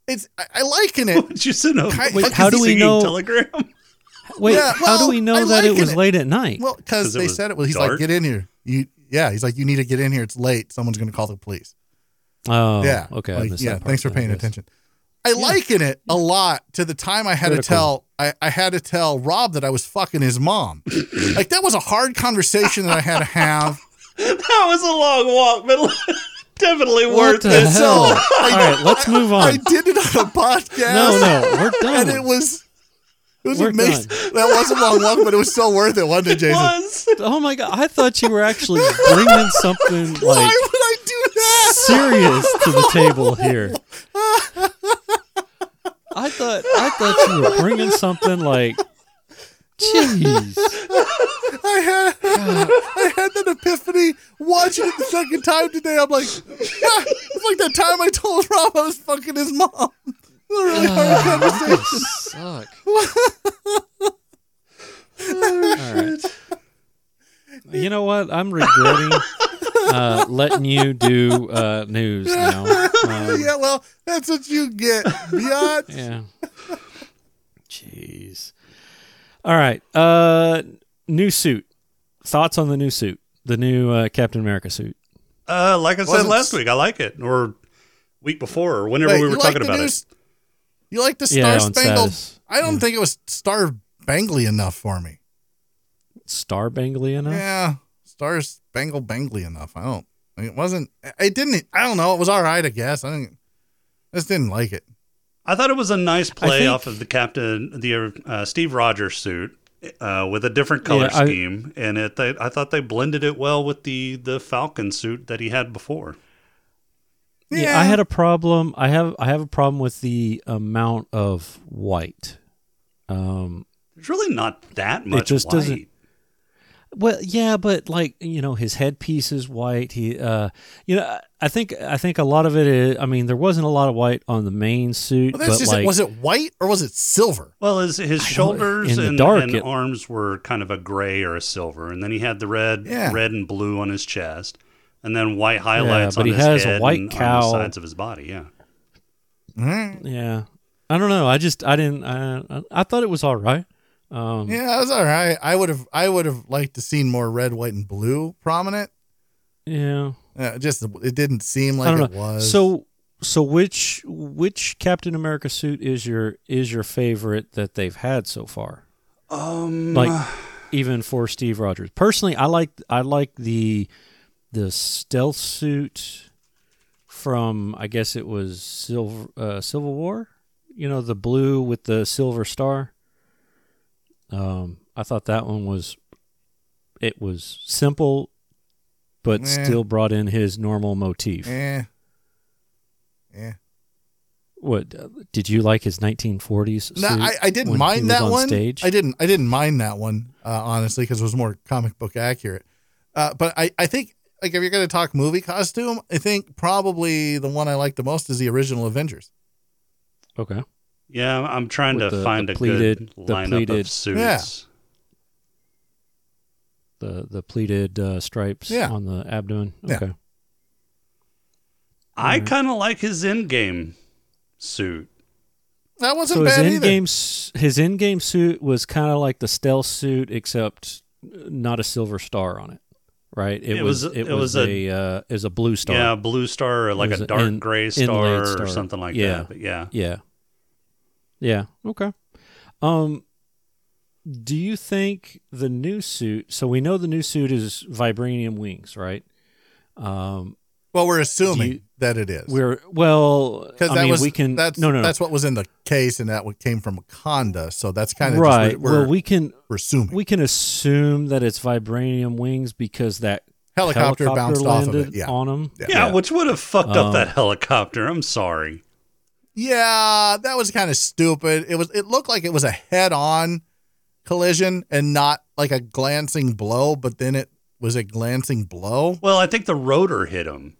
Speaker 6: It's I, I liken it.
Speaker 4: (laughs)
Speaker 5: would you send a
Speaker 6: Wait,
Speaker 5: fucking
Speaker 4: how do we
Speaker 5: singing
Speaker 4: know-
Speaker 5: telegram? (laughs)
Speaker 4: Wait,
Speaker 6: Yeah,
Speaker 4: how do
Speaker 6: well,
Speaker 4: we know
Speaker 6: I
Speaker 4: that it
Speaker 6: liken
Speaker 4: was
Speaker 6: it.
Speaker 4: late at night?
Speaker 6: Well,
Speaker 5: 'Cause
Speaker 6: because
Speaker 5: it
Speaker 6: they
Speaker 5: was
Speaker 6: said it was. He's
Speaker 5: dark?
Speaker 6: like, get in here. You, yeah. He's like, you need to get in here. It's late. Someone's going to call the police.
Speaker 4: oh,
Speaker 6: yeah.
Speaker 4: Okay. I
Speaker 6: Like,
Speaker 4: missed
Speaker 6: yeah.
Speaker 4: that part
Speaker 6: Thanks for
Speaker 4: then, I
Speaker 6: paying
Speaker 4: guess.
Speaker 6: attention. I liken it a lot to the time I had to
Speaker 4: Critical.
Speaker 6: tell I, I had to tell Rob that I was fucking
Speaker 4: (coughs)
Speaker 6: his mom. like that was a hard conversation that I had to have.
Speaker 5: That was a long walk, but (laughs)
Speaker 4: (laughs)
Speaker 5: definitely
Speaker 4: What
Speaker 5: worth
Speaker 4: the
Speaker 5: it.
Speaker 4: hell? All right, let's move
Speaker 6: I
Speaker 4: on.
Speaker 6: did it on a podcast.
Speaker 4: No, no, we're done.
Speaker 6: (laughs) And it was it was
Speaker 4: We're
Speaker 6: amazing. That was a long walk, but it was so worth it, wasn't it, Jason?
Speaker 5: was.
Speaker 4: oh my god, I thought you were actually bringing
Speaker 6: (laughs)
Speaker 4: something
Speaker 6: Why
Speaker 4: like
Speaker 6: would I do that?
Speaker 4: serious to the table here. I thought I thought you were bringing something like, jeez.
Speaker 6: I had I had that epiphany watching it the second time today. I'm like, (laughs) yeah, it's like that time I told Rob I was fucking his mom. It was a really hard conversation.
Speaker 4: Suck. All right. You know what? I'm regretting uh, letting you do uh, news now. Um,
Speaker 6: Yeah, well, that's what you get. Beyond
Speaker 5: (laughs)
Speaker 4: yeah. Jeez. All right. Uh, new suit. Thoughts on the new suit? The new uh, Captain America suit.
Speaker 5: Uh, like I said
Speaker 6: Wasn't-
Speaker 5: last week, I like it, or week before, or whenever
Speaker 6: Wait,
Speaker 5: we were
Speaker 6: you like
Speaker 5: talking
Speaker 6: the
Speaker 5: about
Speaker 6: new
Speaker 5: it.
Speaker 6: s- You like the
Speaker 4: Yeah,
Speaker 6: Star
Speaker 4: on
Speaker 6: Spangled?
Speaker 4: Saturdays.
Speaker 6: I don't think it was Star Bangly enough for me.
Speaker 4: Star bangly enough.
Speaker 6: Yeah, Star Spangled Bangly enough. I don't. I mean, it wasn't. It didn't. I don't know. It was all right, I guess. I didn't. I just didn't like it.
Speaker 5: I thought it was a nice play
Speaker 4: think-
Speaker 5: off of the captain, the uh, Steve Rogers suit, uh, with a different color
Speaker 4: Yeah, I-
Speaker 5: scheme, and it. They, I thought they blended it well with the the Falcon suit that he had before.
Speaker 4: Yeah. I had a problem. I have I have a problem with the amount of white. Um,
Speaker 5: There's really not that much.
Speaker 4: just
Speaker 5: white.
Speaker 4: doesn't- well, yeah, but like you know, his headpiece is white. He, uh, you know, I- I think I think a lot of it is. I mean, there wasn't a lot of white on the main suit,
Speaker 6: Well,
Speaker 4: but
Speaker 6: that's just
Speaker 4: like
Speaker 6: it. Was it white or was it silver?
Speaker 5: Well, his his shoulders
Speaker 4: in the
Speaker 5: and,
Speaker 4: dark
Speaker 5: and
Speaker 4: it-
Speaker 5: arms were kind of a gray or a silver, and then he had the red,
Speaker 6: Yeah.
Speaker 5: red and blue on his chest, and then white highlights
Speaker 4: but
Speaker 5: on
Speaker 4: he
Speaker 5: his
Speaker 4: has a
Speaker 5: head
Speaker 4: white
Speaker 5: and on
Speaker 4: cowl.
Speaker 5: the sides of his body. Yeah,
Speaker 6: Mm-hmm.
Speaker 4: yeah, I don't know. I just I didn't. I I, I thought it was all right. Um, yeah.
Speaker 6: Yeah, it was all right. I would have I would have liked to seen more red, white, and blue prominent. Uh, just it didn't seem
Speaker 4: I
Speaker 6: like
Speaker 4: don't
Speaker 6: it
Speaker 4: know.
Speaker 6: was.
Speaker 4: So so which which Captain America suit is your is your favorite that they've had so far? Um like even for Steve Rogers. Personally, I like I like the the stealth suit from I guess it was Silver uh, Civil War, you know, the blue with the silver star. Um I thought that one was it was simple but
Speaker 6: Meh.
Speaker 4: still brought in his normal motif.
Speaker 6: yeah, yeah.
Speaker 4: What uh, did you like his 1940s?
Speaker 6: No,
Speaker 4: suit
Speaker 6: I, I
Speaker 4: when
Speaker 6: didn't
Speaker 4: he
Speaker 6: mind
Speaker 4: was
Speaker 6: that
Speaker 4: on
Speaker 6: one.
Speaker 4: Stage?
Speaker 6: I didn't. I didn't mind that one uh, honestly because it was more comic book accurate. Uh, but I, I think like if you're going to talk movie costume, I think probably the one I like the most is the original Avengers.
Speaker 4: Okay.
Speaker 5: yeah. I'm trying
Speaker 4: With
Speaker 5: to
Speaker 4: the-
Speaker 5: find
Speaker 4: the
Speaker 5: a
Speaker 4: pleated-
Speaker 5: good
Speaker 4: the
Speaker 5: lineup
Speaker 4: pleated-
Speaker 5: of suits.
Speaker 6: Yeah.
Speaker 4: The the pleated uh, stripes
Speaker 6: Yeah.
Speaker 4: on the abdomen.
Speaker 6: Yeah.
Speaker 4: Okay.
Speaker 5: I
Speaker 4: Mm-hmm.
Speaker 5: kind of like his in game suit.
Speaker 6: That wasn't
Speaker 4: so his
Speaker 6: bad
Speaker 4: in
Speaker 6: either.
Speaker 4: game his in game suit was kind of like the stealth suit except not a silver star on it, right?
Speaker 5: It was-
Speaker 4: it,
Speaker 5: it
Speaker 4: was,
Speaker 5: was
Speaker 4: a,
Speaker 5: a-
Speaker 4: uh, is a blue star.
Speaker 5: Yeah, blue star or like
Speaker 4: was
Speaker 5: a
Speaker 4: an
Speaker 5: dark
Speaker 4: in-
Speaker 5: gray
Speaker 4: inlaid
Speaker 5: star,
Speaker 4: star.
Speaker 5: or something like
Speaker 4: Yeah.
Speaker 5: that. But yeah.
Speaker 4: Yeah. Yeah. Okay. Um do you think the new suit so we know the new suit is vibranium wings, right? Um
Speaker 6: well, we're assuming
Speaker 4: Do you-
Speaker 6: that it is.
Speaker 4: we're well
Speaker 6: because
Speaker 4: I
Speaker 6: that
Speaker 4: mean
Speaker 6: was
Speaker 4: we can
Speaker 6: that's
Speaker 4: no no, no.
Speaker 6: that's what was in the case and that what came from Wakanda so that's kind of
Speaker 4: right.
Speaker 6: just, we're,
Speaker 4: well we can
Speaker 6: we're assuming
Speaker 4: we can assume that it's vibranium wings because that
Speaker 6: helicopter, bounced off of
Speaker 4: landed
Speaker 6: it yeah
Speaker 4: on them.
Speaker 6: Yeah.
Speaker 5: Yeah, which would have fucked
Speaker 4: Um,
Speaker 5: up that helicopter. I'm sorry.
Speaker 6: yeah that was kind of stupid it was it looked like it was a head-on collision and not like a glancing blow but then it was a glancing blow
Speaker 5: Well, I think the rotor hit him.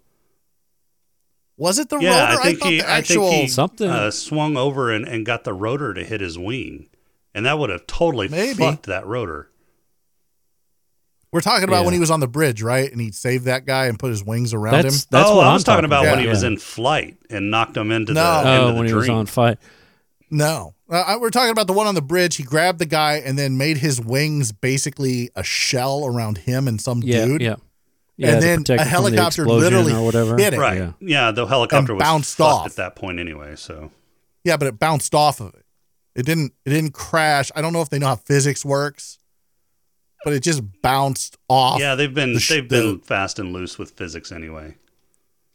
Speaker 6: was it the
Speaker 5: yeah,
Speaker 6: rotor
Speaker 5: I think
Speaker 6: thought
Speaker 5: he,
Speaker 6: the
Speaker 5: I
Speaker 6: actual
Speaker 5: think he
Speaker 4: Something-
Speaker 5: Uh, swung over and, and got the rotor to hit his wing, and that would have totally
Speaker 6: Maybe.
Speaker 5: fucked that rotor.
Speaker 6: we're talking about when
Speaker 4: Yeah.
Speaker 6: he was on the bridge right and he saved that guy and put his wings around him
Speaker 4: That's that's
Speaker 5: oh,
Speaker 4: what
Speaker 5: I
Speaker 4: I'm
Speaker 5: was talking about when he
Speaker 4: yeah.
Speaker 5: was in flight and knocked him into
Speaker 6: No.
Speaker 5: the,
Speaker 4: Oh,
Speaker 5: into the
Speaker 4: when he was
Speaker 5: dream.
Speaker 4: on fight.
Speaker 6: No, uh, I- we're talking about the one on the bridge. He grabbed the guy and then made his wings basically a shell around him and some
Speaker 4: Yeah,
Speaker 6: dude.
Speaker 4: yeah. Yeah, to
Speaker 6: and then
Speaker 4: protect
Speaker 6: a
Speaker 4: it from the
Speaker 6: helicopter
Speaker 4: explosion
Speaker 6: literally
Speaker 4: or whatever.
Speaker 6: hit it.
Speaker 5: right.
Speaker 4: Yeah.
Speaker 5: Yeah. the helicopter
Speaker 6: And
Speaker 5: was
Speaker 6: bounced
Speaker 5: fucked
Speaker 6: off.
Speaker 5: at that point anyway. So
Speaker 6: Yeah, but it bounced off of it. It didn't. It didn't crash. I don't know if they know how physics works, but it just bounced off.
Speaker 5: yeah, they've been
Speaker 6: the sh-
Speaker 5: they've
Speaker 6: the-
Speaker 5: been fast and loose with physics anyway.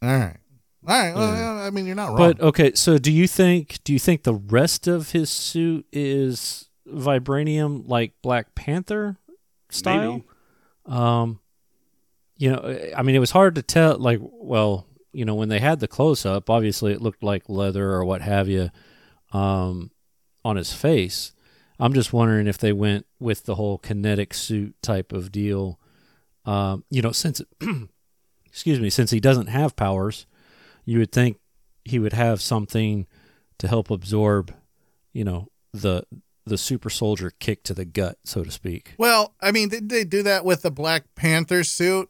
Speaker 6: All right. All right. Well, yeah, I mean, you're not wrong.
Speaker 4: But okay, so do you think do you think the rest of his suit is vibranium like Black Panther style?
Speaker 5: Maybe.
Speaker 4: Um you know, I mean it was hard to tell like well, you know, when they had the close up, obviously it looked like leather or what have you um on his face. I'm just wondering if they went with the whole kinetic suit type of deal. Um, you know, since (clears throat) excuse me, since he doesn't have powers, you would think he would have something to help absorb, you know, the the super soldier kick to the gut, so to speak.
Speaker 6: well, I mean, did they do that with the Black Panther suit?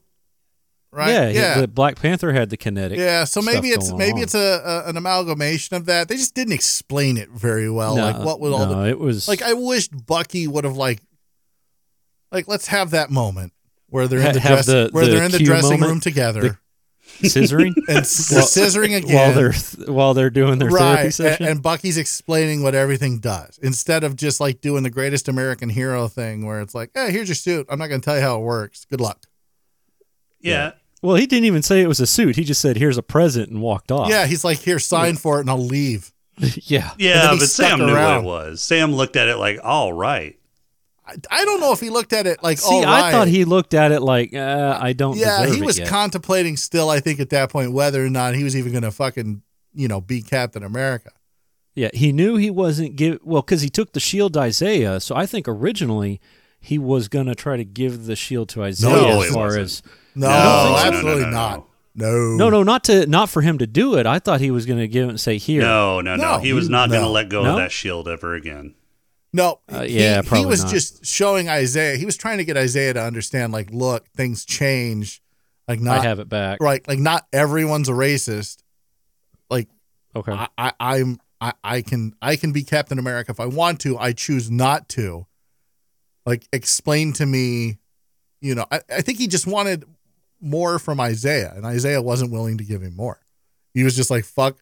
Speaker 6: Right.
Speaker 4: Yeah, he- the Black Panther had the kinetic.
Speaker 6: Yeah, so
Speaker 4: stuff
Speaker 6: maybe it's
Speaker 4: going
Speaker 6: maybe
Speaker 4: on.
Speaker 6: it's a, a an amalgamation of that. They just didn't explain it very well.
Speaker 4: No,
Speaker 6: like what was all
Speaker 4: no,
Speaker 6: the
Speaker 4: it was
Speaker 6: like I wished Bucky would have like like let's have that moment where they're
Speaker 4: Ha-
Speaker 6: in the
Speaker 4: have
Speaker 6: dress,
Speaker 4: the-
Speaker 6: where
Speaker 4: the
Speaker 6: they're in the
Speaker 4: cue
Speaker 6: dressing
Speaker 4: moment?
Speaker 6: room together
Speaker 4: The- (laughs)
Speaker 6: (laughs)
Speaker 4: scissoring (laughs)
Speaker 6: and s- they're scissoring again
Speaker 4: while they're while they're doing their therapy
Speaker 6: right and,
Speaker 4: session.
Speaker 6: and Bucky's explaining what everything does instead of just like doing the greatest American hero thing where it's like, "Hey, here's your suit. I'm not going to tell you how it works. Good luck."
Speaker 5: Yeah,
Speaker 4: well, he didn't even say it was a suit. He just said, "Here's a present," and walked off.
Speaker 6: Yeah, he's like, "Here, sign for it and I'll leave."
Speaker 4: (laughs) yeah.
Speaker 5: Yeah,
Speaker 6: then he
Speaker 5: but
Speaker 6: stuck
Speaker 5: Sam knew what it
Speaker 6: around.
Speaker 5: was. Sam looked at it like, all right.
Speaker 6: I, I don't know if he looked at it like,
Speaker 4: See,
Speaker 6: all
Speaker 4: I
Speaker 6: right.
Speaker 4: thought he looked at it like, uh, I don't
Speaker 6: yeah,
Speaker 4: deserve
Speaker 6: he
Speaker 4: it
Speaker 6: was
Speaker 4: yet.
Speaker 6: contemplating still, I think, at that point, whether or not he was even going to fucking, you know, be Captain America.
Speaker 4: yeah, he knew he wasn't give well because he took the shield to Isaiah. So I think originally he was going to try to give the shield to Isaiah
Speaker 6: he
Speaker 4: as far
Speaker 5: wasn't.
Speaker 4: as
Speaker 6: No,
Speaker 5: No, no, no,
Speaker 6: absolutely
Speaker 5: no, no,
Speaker 6: not. No.
Speaker 4: no, no, not to not for him to do it. I thought he was going to give it and say here.
Speaker 5: No, no, no.
Speaker 6: No,
Speaker 5: He was not going to
Speaker 6: no.
Speaker 5: let go
Speaker 4: No?
Speaker 5: of that shield ever again.
Speaker 6: No,
Speaker 4: Uh,
Speaker 6: he-
Speaker 4: yeah,
Speaker 6: he,
Speaker 4: probably
Speaker 6: was
Speaker 4: not.
Speaker 6: just showing Isaiah. He was trying to get Isaiah to understand, like, look, things change. Like, not
Speaker 4: I have it back.
Speaker 6: right. Like, not everyone's a racist. Like,
Speaker 4: Okay.
Speaker 6: I, I, I'm, I, I can, I can be Captain America if I want to. I choose not to. Like, explain to me. You know, I, I think he just wanted more from Isaiah, and Isaiah wasn't willing to give him more. He was just like, fuck,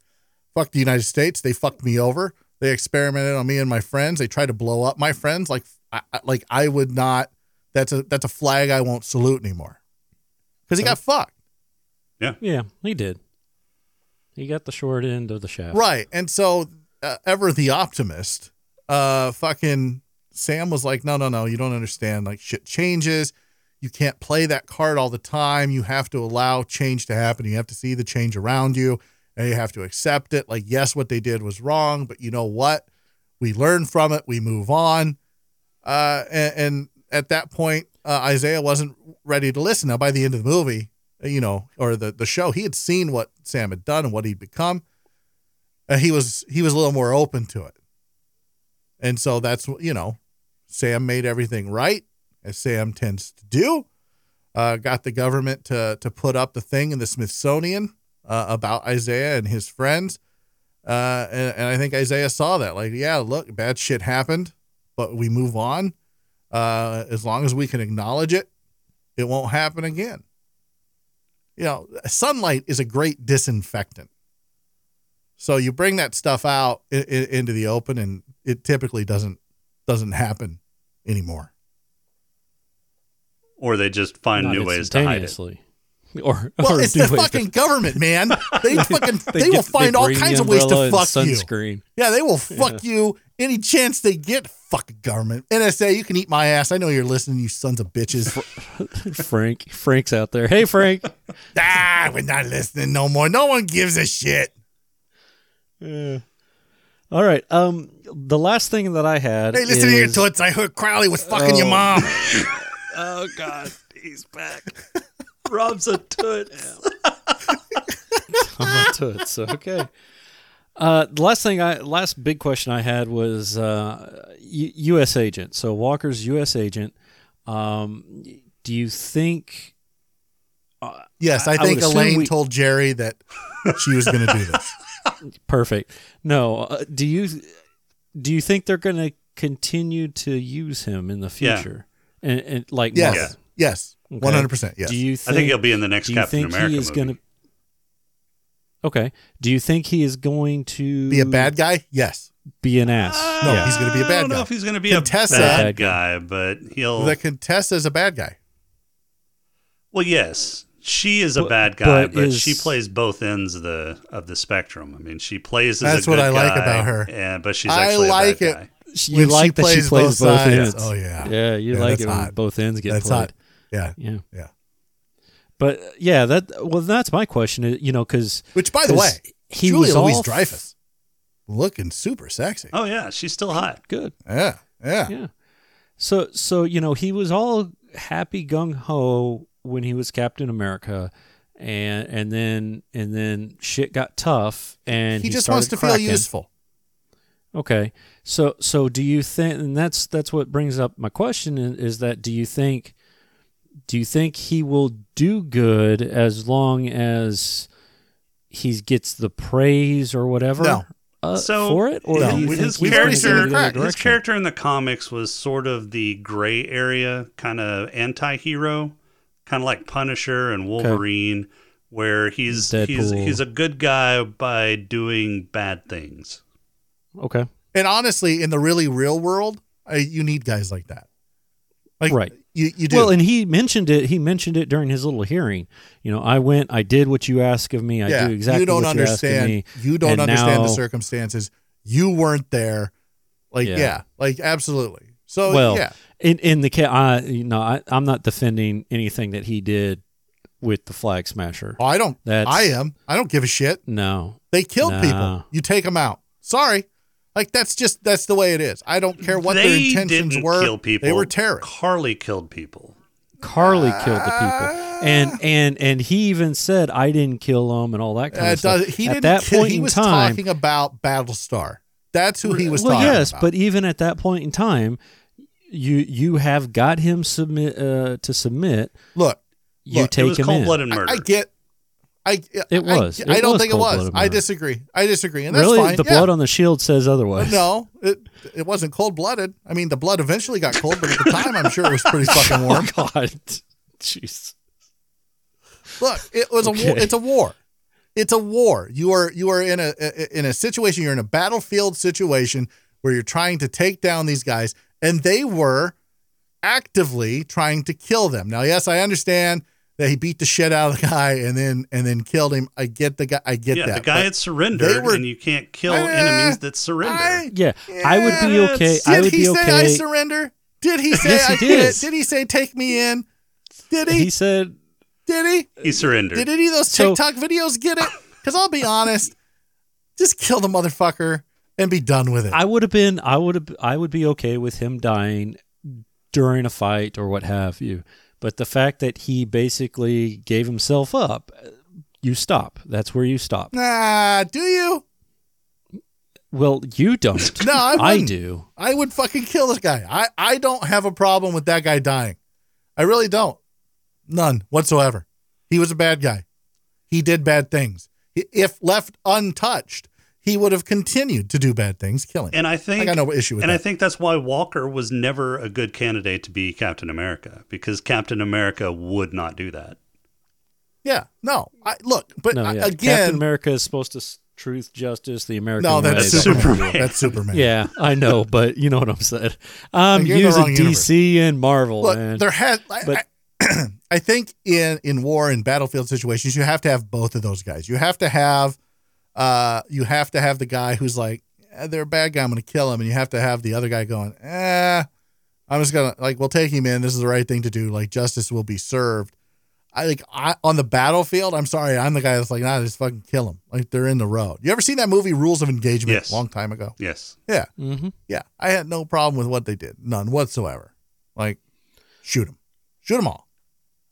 Speaker 6: fuck the United States. They fucked me over. They experimented on me and my friends. They tried to blow up my friends. Like, I, I- like I would not. That's a that's a flag I won't salute anymore. Because he got fucked.
Speaker 4: yeah, he did. He got the short end of the shaft.
Speaker 6: Right. And so, uh, ever the optimist, uh, fucking Sam was like, no, no, no, you don't understand. Like, shit changes. You can't play that card all the time. You have to allow change to happen. You have to see the change around you and you have to accept it. Like, yes, what they did was wrong, but you know what? We learn from it, we move on. Uh, and, and at that point, uh, Isaiah wasn't ready to listen. Now, by the end of the movie, you know, or the, the show, he had seen what Sam had done and what he'd become and Uh, he was he was a little more open to it and so that's you know sam made everything right as sam tends to do uh, got the government to to put up the thing in the smithsonian uh, about isaiah and his friends uh, and, and i think isaiah saw that like yeah look bad shit happened but we move on uh, as long as we can acknowledge it it won't happen again you know sunlight is a great disinfectant so you bring that stuff out i- i into the open, and it typically doesn't doesn't happen
Speaker 4: (laughs)
Speaker 6: anymore.
Speaker 5: Or they just find
Speaker 4: Not
Speaker 5: new ways to hide it.
Speaker 4: instantaneously. Or,
Speaker 6: Well,
Speaker 4: or
Speaker 6: it's
Speaker 4: new
Speaker 6: the
Speaker 4: ways to- (laughs)
Speaker 6: fucking government, man. They fucking they,
Speaker 4: get-
Speaker 6: will find all
Speaker 4: bring the
Speaker 6: kinds of ways
Speaker 4: umbrella
Speaker 6: to
Speaker 4: and
Speaker 6: fuck you.
Speaker 4: sunscreen.
Speaker 6: Yeah, they will fuck you any chance they get. Fucking government, NSA, you can eat my ass. I know you're listening, you sons of bitches.
Speaker 4: Frank, Frank's out there. Hey, Frank.
Speaker 6: (laughs) ah, we're not listening no more. No one gives a shit.
Speaker 4: All right. Um, the last thing that I had.
Speaker 6: Hey, listen
Speaker 4: is,
Speaker 6: here, toots. I heard Crowley was fucking
Speaker 4: (laughs)
Speaker 6: your mom.
Speaker 5: Oh, God. He's
Speaker 6: (laughs)
Speaker 5: back. Rob's a toot.
Speaker 4: (laughs) I'm a toots. Okay. Uh, the last thing I last big question I had was uh, U- U.S. agent. So Walker's U.S. agent. Um, do you think?
Speaker 6: Yes, I,
Speaker 4: I would
Speaker 6: think
Speaker 4: assume
Speaker 6: Elaine
Speaker 4: we-
Speaker 6: told Jerry that she was going to do this.
Speaker 4: Perfect. No. Uh, do you do you think they're going to continue to use him in the
Speaker 5: Yeah.
Speaker 4: future? And, and like
Speaker 6: Yes.
Speaker 4: Marvel?
Speaker 6: Yes.
Speaker 4: Okay.
Speaker 6: One hundred percent. Yes.
Speaker 4: Do you think,
Speaker 5: I think he'll be in the next
Speaker 4: do you
Speaker 5: Captain
Speaker 4: think
Speaker 5: America
Speaker 4: he is
Speaker 5: movie.
Speaker 4: Gonna, okay. Do you think he is going to
Speaker 6: be a bad guy? Yes.
Speaker 4: be an ass?
Speaker 6: No, he's going to be a
Speaker 5: I
Speaker 6: bad
Speaker 5: don't know
Speaker 6: guy.
Speaker 5: if he's going to be
Speaker 6: Contessa-
Speaker 5: a
Speaker 4: Bad
Speaker 5: bad guy, but
Speaker 4: Oh.
Speaker 5: he'll.
Speaker 6: The Contessa is a bad guy.
Speaker 5: well, yes, she is a
Speaker 4: But-
Speaker 5: bad guy, but,
Speaker 4: but is-
Speaker 5: she plays both ends of the of the spectrum. I mean, she plays. As
Speaker 6: That's
Speaker 5: a
Speaker 6: what
Speaker 5: good
Speaker 6: I like
Speaker 5: guy,
Speaker 6: about her.
Speaker 5: And, but she's
Speaker 6: I
Speaker 5: actually
Speaker 6: like
Speaker 5: a
Speaker 6: it.
Speaker 5: bad guy.
Speaker 4: you
Speaker 6: When she
Speaker 4: like that
Speaker 6: plays
Speaker 4: she plays
Speaker 6: both
Speaker 4: both,
Speaker 6: sides.
Speaker 4: ends.
Speaker 6: Oh, yeah.
Speaker 4: yeah. You
Speaker 6: Yeah,
Speaker 4: like
Speaker 6: that's
Speaker 4: it when
Speaker 6: hot.
Speaker 4: both ends get
Speaker 6: That's
Speaker 4: played.
Speaker 6: hot. Yeah.
Speaker 4: Yeah,
Speaker 6: Yeah.
Speaker 4: but yeah, that well, that's my question. is, You know, because
Speaker 6: Which, by the way,
Speaker 4: he
Speaker 6: Julia
Speaker 4: was
Speaker 6: Louise
Speaker 4: all
Speaker 6: Dreyfus looking super sexy.
Speaker 5: Oh yeah, she's still hot.
Speaker 4: good.
Speaker 6: Yeah. Yeah.
Speaker 4: Yeah. So so you know he was all happy gung ho when he was Captain America, and and then and then shit got tough, and
Speaker 6: he,
Speaker 4: he,
Speaker 6: just wants to
Speaker 4: started cracking.
Speaker 6: feel useful.
Speaker 4: Okay. So so do you think and that's that's what brings up my question is, is that do you think do you think he will do good as long as he gets the praise or whatever
Speaker 6: No.
Speaker 4: uh,
Speaker 5: So
Speaker 4: for it or
Speaker 6: No,
Speaker 4: do you
Speaker 6: we-
Speaker 4: think
Speaker 5: his
Speaker 4: he's
Speaker 6: already
Speaker 4: gonna
Speaker 6: seen
Speaker 4: go
Speaker 6: her
Speaker 4: the
Speaker 5: character,
Speaker 4: other
Speaker 6: crack.
Speaker 5: his
Speaker 4: direction?
Speaker 5: character in the comics was sort of the gray area kind of anti-hero, kind of like Punisher and Wolverine, where he's he's
Speaker 4: Deadpool.
Speaker 5: he's a good guy by doing bad things.
Speaker 4: Okay.
Speaker 6: And honestly, in the really real world, I, you need guys like that. Like,
Speaker 4: Right.
Speaker 6: You, you do.
Speaker 4: Well, and he mentioned it. He mentioned it during his little hearing. You know, I went, I did what you ask of me. I
Speaker 6: yeah.
Speaker 4: do exactly
Speaker 6: you don't
Speaker 4: what you ask of
Speaker 6: understand.
Speaker 4: me.
Speaker 6: You don't
Speaker 4: And
Speaker 6: understand the
Speaker 4: now-
Speaker 6: circumstances. You weren't there. Like,
Speaker 4: Yeah.
Speaker 6: yeah, like absolutely. So,
Speaker 4: well,
Speaker 6: Oh, yeah.
Speaker 4: in in the ca- I you know I, I'm not defending anything that he did with the flag smasher.
Speaker 6: Oh, I don't,
Speaker 4: That's-
Speaker 6: I am. I don't give a shit.
Speaker 4: No,
Speaker 6: They killed
Speaker 4: No.
Speaker 6: people. You take them out. Sorry. Like, that's just, that's the way it is. I don't care what their
Speaker 5: they
Speaker 6: intentions
Speaker 5: didn't
Speaker 6: were.
Speaker 5: kill people.
Speaker 6: They were terrorists.
Speaker 5: Carly killed people.
Speaker 4: Carly killed the people, and
Speaker 6: Ah.
Speaker 4: and and he even said I didn't kill them and all that kind
Speaker 6: Uh,
Speaker 4: of stuff.
Speaker 6: does- he
Speaker 4: At
Speaker 6: didn't
Speaker 4: that
Speaker 6: kill,
Speaker 4: point
Speaker 6: he
Speaker 4: in
Speaker 6: was
Speaker 4: time,
Speaker 6: talking about Battlestar. That's who he was
Speaker 4: well,
Speaker 6: talking
Speaker 4: yes,
Speaker 6: about.
Speaker 4: but even at that point in time, you you have got him submit uh, to submit.
Speaker 6: look,
Speaker 4: You
Speaker 6: Look,
Speaker 4: take
Speaker 5: it was
Speaker 4: him
Speaker 5: cold
Speaker 4: in.
Speaker 5: blooded
Speaker 6: I,
Speaker 5: murder.
Speaker 6: I get. I, I-
Speaker 4: was.
Speaker 6: I,
Speaker 4: It
Speaker 6: don't
Speaker 4: was
Speaker 6: think it was.
Speaker 4: cold-blooded
Speaker 6: I
Speaker 4: murder.
Speaker 6: disagree. I disagree. And that's
Speaker 4: Really,
Speaker 6: fine.
Speaker 4: the
Speaker 6: yeah.
Speaker 4: blood on the shield says otherwise.
Speaker 6: No, it, it wasn't cold blooded. I mean, the blood eventually got cold, but at the time, I'm sure it was pretty fucking
Speaker 4: Oh
Speaker 6: warm.
Speaker 4: (laughs) God, jeez.
Speaker 6: Look, it was a war.
Speaker 4: Okay.
Speaker 6: It's a war. It's a war. You are you are in a in a situation. You're in a battlefield situation where you're trying to take down these guys, and they were actively trying to kill them. Now, yes, I understand that he beat the shit out of the guy and then and then killed him. I get the guy. I get
Speaker 5: yeah,
Speaker 6: that.
Speaker 5: the guy
Speaker 6: but-
Speaker 5: had surrendered,
Speaker 6: they were-
Speaker 5: and you can't kill
Speaker 6: Eh,
Speaker 5: enemies that surrender.
Speaker 6: I-
Speaker 4: Yeah, I would be
Speaker 5: Yeah,
Speaker 4: okay.
Speaker 5: it's-
Speaker 4: I
Speaker 6: Did
Speaker 4: would
Speaker 6: he
Speaker 4: be
Speaker 6: say I
Speaker 4: okay.
Speaker 6: surrender? Did he say
Speaker 4: Yes, he
Speaker 6: I quit?
Speaker 4: did.
Speaker 6: Did he say take me in? Did he?
Speaker 4: He said
Speaker 6: did he?
Speaker 5: he surrendered.
Speaker 6: Did any of those
Speaker 4: So-
Speaker 6: TikTok videos
Speaker 4: (laughs)
Speaker 6: get it? Because I'll be honest, just kill the motherfucker and be done with it.
Speaker 4: I would have been. I would have. I would be okay with him dying during a fight or what have you. But the fact that he basically gave himself up, you stop. That's where you stop.
Speaker 6: nah, do you?
Speaker 4: Well, you don't.
Speaker 6: (laughs) No, I
Speaker 4: I
Speaker 6: wouldn't.
Speaker 4: do.
Speaker 6: I would fucking kill this guy. I, I don't have a problem with that guy dying. I really don't. None whatsoever. He was a bad guy. He did bad things. I- If left untouched, he would have continued to do bad things, killing.
Speaker 5: and I think
Speaker 6: I got no issue with
Speaker 5: and I
Speaker 6: that.
Speaker 5: think that's why Walker was never a good candidate to be Captain America because Captain America would not do that.
Speaker 6: yeah, no. I, look, but
Speaker 4: No,
Speaker 6: I-
Speaker 4: yeah. Captain
Speaker 6: again,
Speaker 4: America is supposed to s- truth, justice, the American
Speaker 6: no,
Speaker 4: way.
Speaker 6: that's
Speaker 5: America.
Speaker 6: Superman.
Speaker 5: Superman.
Speaker 6: That's
Speaker 4: (laughs)
Speaker 6: Superman.
Speaker 4: Yeah, I know, but you know what I'm saying. I'm
Speaker 6: Like, you're in the
Speaker 4: using
Speaker 6: wrong universe.
Speaker 4: DC and Marvel,
Speaker 6: Look,
Speaker 4: man.
Speaker 6: there has. I,
Speaker 4: But-
Speaker 6: I, (clears throat) I think in in war and battlefield situations, you have to have both of those guys. You have to have, uh, you have to have the guy who's like, "Eh, they're a bad guy. I'm going to kill him, and you have to have the other guy going, eh, I'm just gonna like, we'll take him in. This is the right thing to do. Like justice will be served. I like I on the battlefield. I'm sorry, I'm the guy that's like, nah, just fucking kill him. Like they're in the road. You ever seen that movie Rules of Engagement?
Speaker 5: Yes.
Speaker 6: long time ago.
Speaker 5: Yes.
Speaker 6: Yeah,
Speaker 4: Mhm.
Speaker 6: yeah. I had no problem with what they did, none whatsoever. Like, shoot them, shoot them all.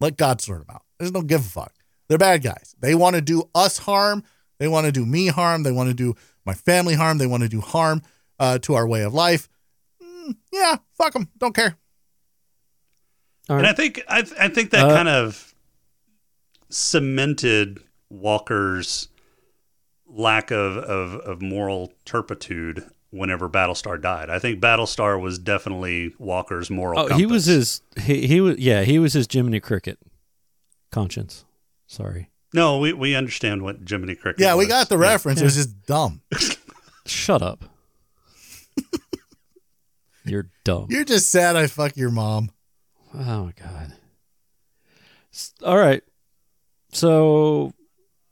Speaker 6: Let God sort them out. There's no give a fuck. They're bad guys. They want to do us harm. They want to do me harm. They want to do my family harm. They want to do harm uh, to our way of life. Mm, yeah, fuck them. Don't care.
Speaker 4: All
Speaker 5: And I
Speaker 4: right.
Speaker 5: think I, th- I think that
Speaker 4: Uh,
Speaker 5: kind of cemented Walker's lack of, of of moral turpitude whenever Battlestar died. I think Battlestar was definitely Walker's moral.
Speaker 4: Oh, he was
Speaker 5: compass.
Speaker 4: his. He, he was. Yeah, he was his Jiminy Cricket conscience. Sorry.
Speaker 5: No, we, we understand what Jiminy Cricket.
Speaker 6: Yeah, we
Speaker 5: was.
Speaker 6: got the reference. It was just dumb.
Speaker 4: Shut up. You're dumb.
Speaker 6: You're just sad I fuck your mom.
Speaker 4: oh my god. S- All right. So,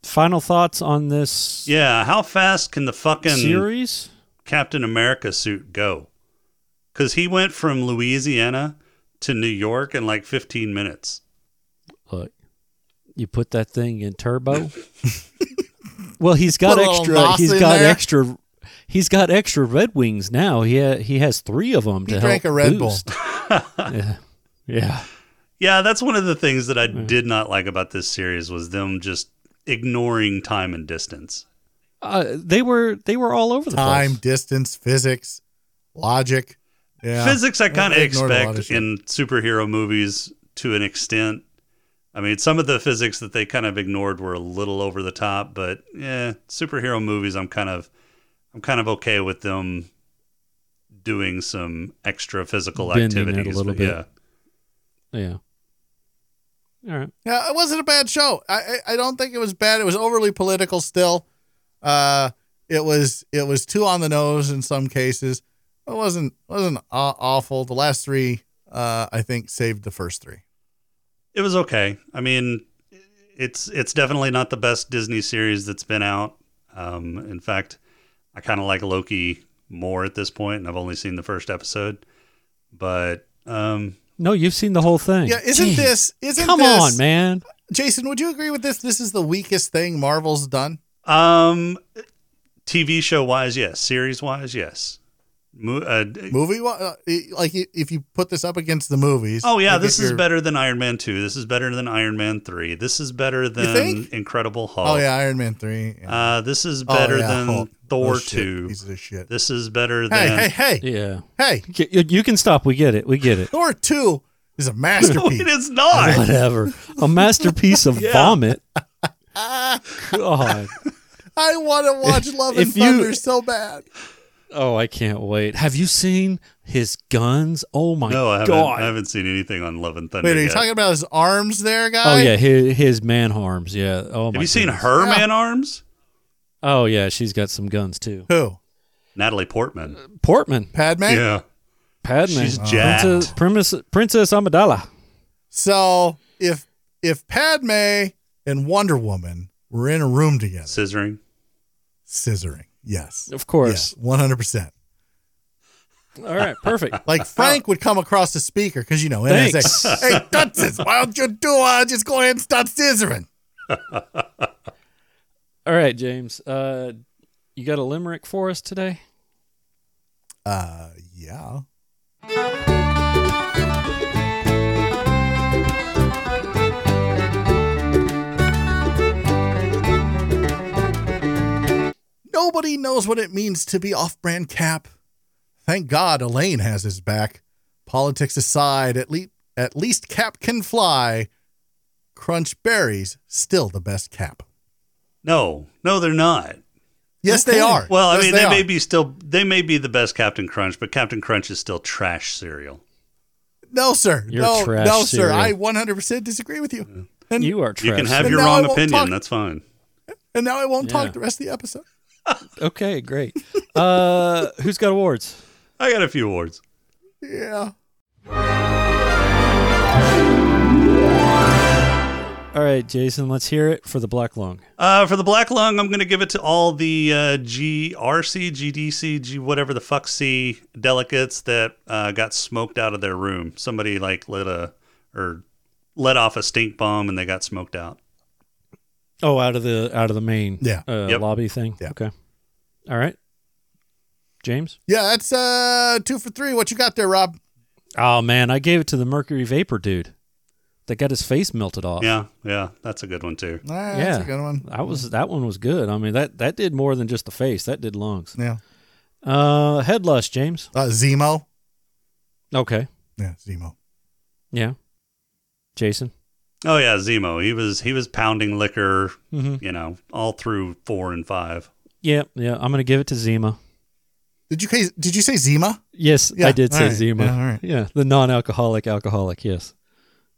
Speaker 4: final thoughts on this
Speaker 5: Yeah, how fast can the fucking
Speaker 4: series?
Speaker 5: Captain America suit go? Because he went from Louisiana to New York in like 15 minutes.
Speaker 4: Look, you put that thing in
Speaker 6: (laughs)
Speaker 4: turbo. well, he's got
Speaker 6: Put a little
Speaker 4: extra.
Speaker 6: NOS
Speaker 4: He's
Speaker 6: in
Speaker 4: got
Speaker 6: there.
Speaker 4: extra. He's got extra Red Wings now. He ha- he has three of them
Speaker 6: He
Speaker 4: to
Speaker 6: drank
Speaker 4: help
Speaker 6: a Red Bull. (laughs)
Speaker 4: boost. yeah. yeah,
Speaker 5: Yeah, that's one of the things that I did not like about this series was them just ignoring time and distance.
Speaker 4: uh, they were they were all over the
Speaker 6: Time,
Speaker 4: place.
Speaker 6: distance, physics, logic. Yeah.
Speaker 5: Physics I kind of
Speaker 6: They ignored a lot of
Speaker 5: expect
Speaker 6: shit.
Speaker 5: in superhero movies to an extent. I mean, some of the physics that they kind of ignored were a little over the top, but yeah, superhero movies I'm kind of I'm kind of okay with them doing some extra physical
Speaker 4: Bending it a
Speaker 5: activities.
Speaker 4: little
Speaker 5: but
Speaker 4: bit.
Speaker 5: Yeah.
Speaker 4: Yeah. All right.
Speaker 6: Yeah, it wasn't a bad show. I, I I don't think it was bad. It was overly political still. Uh, it was it was too on the nose in some cases. It wasn't wasn't aw- awful. The last three, uh, I think, saved the first three.
Speaker 5: It was okay. I mean, it's it's definitely not the best Disney series that's been out. Um, in fact, I kind of like Loki more at this point, and I've only seen the first episode. But um,
Speaker 4: No, you've seen the whole thing.
Speaker 6: Yeah, isn't
Speaker 4: Jeez.
Speaker 6: this- isn't
Speaker 4: Come
Speaker 6: this-
Speaker 4: on, man.
Speaker 6: Jason, would you agree with this? This is the weakest thing Marvel's done.
Speaker 5: um, TV show wise, yes. Series wise, yes. Mo- uh,
Speaker 6: Movie, wa- uh, i- like i- if you put this up against the movies.
Speaker 5: oh yeah,
Speaker 6: like,
Speaker 5: this
Speaker 6: if
Speaker 5: is
Speaker 6: you're-
Speaker 5: better than Iron Man two. This is better than Iron Man three. This is better than
Speaker 6: think?
Speaker 5: Incredible Hulk.
Speaker 6: Oh yeah, Iron Man three. yeah.
Speaker 5: Uh, this is
Speaker 6: Oh,
Speaker 5: better
Speaker 6: yeah,
Speaker 5: than
Speaker 6: Hulk.
Speaker 5: Thor
Speaker 6: Oh, shit,
Speaker 5: two.
Speaker 6: Pieces of shit.
Speaker 5: This is better
Speaker 6: Hey,
Speaker 5: than (laughs)
Speaker 6: hey, hey,
Speaker 4: Yeah.
Speaker 6: hey!
Speaker 4: Y- y- You can stop. We get it. We
Speaker 6: (laughs)
Speaker 4: get it.
Speaker 6: Thor two is
Speaker 5: (laughs)
Speaker 6: a masterpiece.
Speaker 5: it
Speaker 4: (laughs)
Speaker 5: is not.
Speaker 4: Whatever. A masterpiece
Speaker 6: (laughs)
Speaker 4: of vomit. God.
Speaker 6: I want to (laughs) watch Love and
Speaker 4: If you-
Speaker 6: Thunder so bad.
Speaker 4: Oh, I can't wait. Have you seen his guns? Oh my
Speaker 5: No, I haven't.
Speaker 4: god.
Speaker 5: I haven't seen anything on Love and Thunder.
Speaker 6: Wait, are you
Speaker 5: yet.
Speaker 6: talking about his arms there,
Speaker 4: Oh
Speaker 6: guy?
Speaker 4: yeah, his, his man harms. Yeah. Oh my.
Speaker 5: Have you seen
Speaker 4: goodness.
Speaker 5: her man arms?
Speaker 4: Oh yeah, she's got some guns too.
Speaker 6: Who?
Speaker 5: Natalie Portman.
Speaker 4: Portman,
Speaker 6: Padme.
Speaker 5: Yeah.
Speaker 4: Padme, Uh-huh.
Speaker 5: She's
Speaker 4: Princess,
Speaker 5: jacked.
Speaker 4: Princess, Princess Amidala.
Speaker 6: So if if Padme and Wonder Woman were in a room together,
Speaker 5: Scissoring.
Speaker 6: scissoring. Yes.
Speaker 4: Of course.
Speaker 6: One hundred percent.
Speaker 4: All right,
Speaker 5: (laughs)
Speaker 4: perfect.
Speaker 6: Like Frank would come across the speaker because you know
Speaker 4: Uh-huh. Thanks.
Speaker 6: NSA. hey, Dutzes, why don't you do? Uh, just go ahead and start scissoring.
Speaker 4: All right, James. Uh, you got a limerick for us today?
Speaker 6: Uh, yeah. Nobody knows what it means to be off brand cap. Thank God Elaine has his back. Politics aside, at, le- at least cap can fly. Crunch berries, still the best cap.
Speaker 5: No, no, they're not.
Speaker 6: Yes, they are.
Speaker 5: Well, I
Speaker 6: Yes,
Speaker 5: mean, they, may
Speaker 6: are.
Speaker 5: be still. They may be the best Captain Crunch, but Captain Crunch is still trash cereal.
Speaker 6: No, sir.
Speaker 4: You're
Speaker 6: no,
Speaker 4: trash,
Speaker 6: no, sir.
Speaker 4: Siri.
Speaker 6: I 100% disagree with you. And
Speaker 4: You are trash.
Speaker 5: You can have
Speaker 6: And
Speaker 5: your
Speaker 6: now I
Speaker 5: wrong
Speaker 6: won't
Speaker 5: opinion.
Speaker 6: talk-
Speaker 5: That's fine.
Speaker 6: And now I won't
Speaker 4: Yeah.
Speaker 6: talk the rest of the episode.
Speaker 4: okay, great. Uh, who's got awards?
Speaker 5: I got a few awards.
Speaker 6: Yeah.
Speaker 4: All right, Jason. Let's hear it for the black lung.
Speaker 5: Uh, for the black lung, I'm going to give it to all the uh, GRC, GDC, G whatever the fuck C delegates that uh, got smoked out of their room. Somebody like lit a or let off a stink bomb and they got smoked out.
Speaker 4: Oh, out of the out of the main
Speaker 6: Yeah.
Speaker 4: uh,
Speaker 5: Yep.
Speaker 4: lobby thing.
Speaker 6: Yeah.
Speaker 4: Okay. All right. James.
Speaker 6: Yeah, that's uh two for three. What you got there, Rob?
Speaker 4: Oh man, I gave it to the Mercury Vapor dude that got his face melted off.
Speaker 5: Yeah, yeah, that's a good one too.
Speaker 6: Ah,
Speaker 4: yeah,
Speaker 6: That's a good one.
Speaker 4: That was that one was good. I mean that that did more than just the face. That did lungs.
Speaker 6: Yeah.
Speaker 4: Uh, head loss, James.
Speaker 6: Uh Zemo.
Speaker 4: Okay.
Speaker 6: Yeah, Zemo.
Speaker 4: Yeah. Jason.
Speaker 5: Oh yeah, Zemo. He was he was pounding liquor,
Speaker 6: Mm-hmm.
Speaker 4: Mhm.
Speaker 5: you know, all through four and five.
Speaker 4: Yeah, yeah. I'm gonna give it to Zima.
Speaker 6: Did you ca- did you say Zima?
Speaker 4: Yes,
Speaker 6: Yeah,
Speaker 4: I did say
Speaker 6: all right.
Speaker 4: Zima.
Speaker 6: Yeah, all right.
Speaker 4: yeah, the non-alcoholic alcoholic. Yes,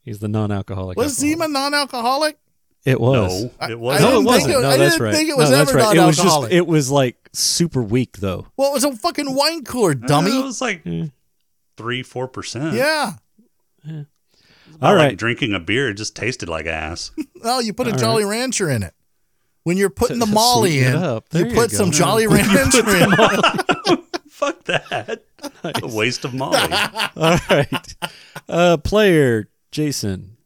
Speaker 4: he's the non-alcoholic.
Speaker 6: Was Zima
Speaker 4: alcoholic.
Speaker 6: non-alcoholic?
Speaker 4: It was.
Speaker 5: No,
Speaker 6: I-
Speaker 5: it
Speaker 6: I
Speaker 5: wasn't.
Speaker 4: No, it
Speaker 6: didn't
Speaker 4: wasn't.
Speaker 6: think it-
Speaker 4: no,
Speaker 6: I
Speaker 4: that's
Speaker 6: didn't
Speaker 4: right.
Speaker 6: think it was
Speaker 4: no, that's
Speaker 6: ever
Speaker 4: right. It was just.
Speaker 6: non-alcoholic.
Speaker 4: It was like super weak though.
Speaker 6: Well, it was a fucking wine cooler,
Speaker 5: It
Speaker 6: dummy.
Speaker 5: was like three, four percent.
Speaker 6: Yeah.
Speaker 5: Not
Speaker 4: All
Speaker 5: like
Speaker 4: right.
Speaker 5: drinking a beer it just tasted
Speaker 4: (laughs)
Speaker 5: like ass.
Speaker 6: Well, Oh, you put a
Speaker 4: All
Speaker 6: Jolly Rancher in it. When you're putting the
Speaker 4: To- to
Speaker 6: Molly
Speaker 4: sweeten
Speaker 6: in,
Speaker 4: it up.
Speaker 6: you
Speaker 4: There you
Speaker 6: put
Speaker 4: go.
Speaker 6: some Jolly Rancher in.
Speaker 5: Fuck that. A waste of Molly.
Speaker 4: All right. Uh, player Jason.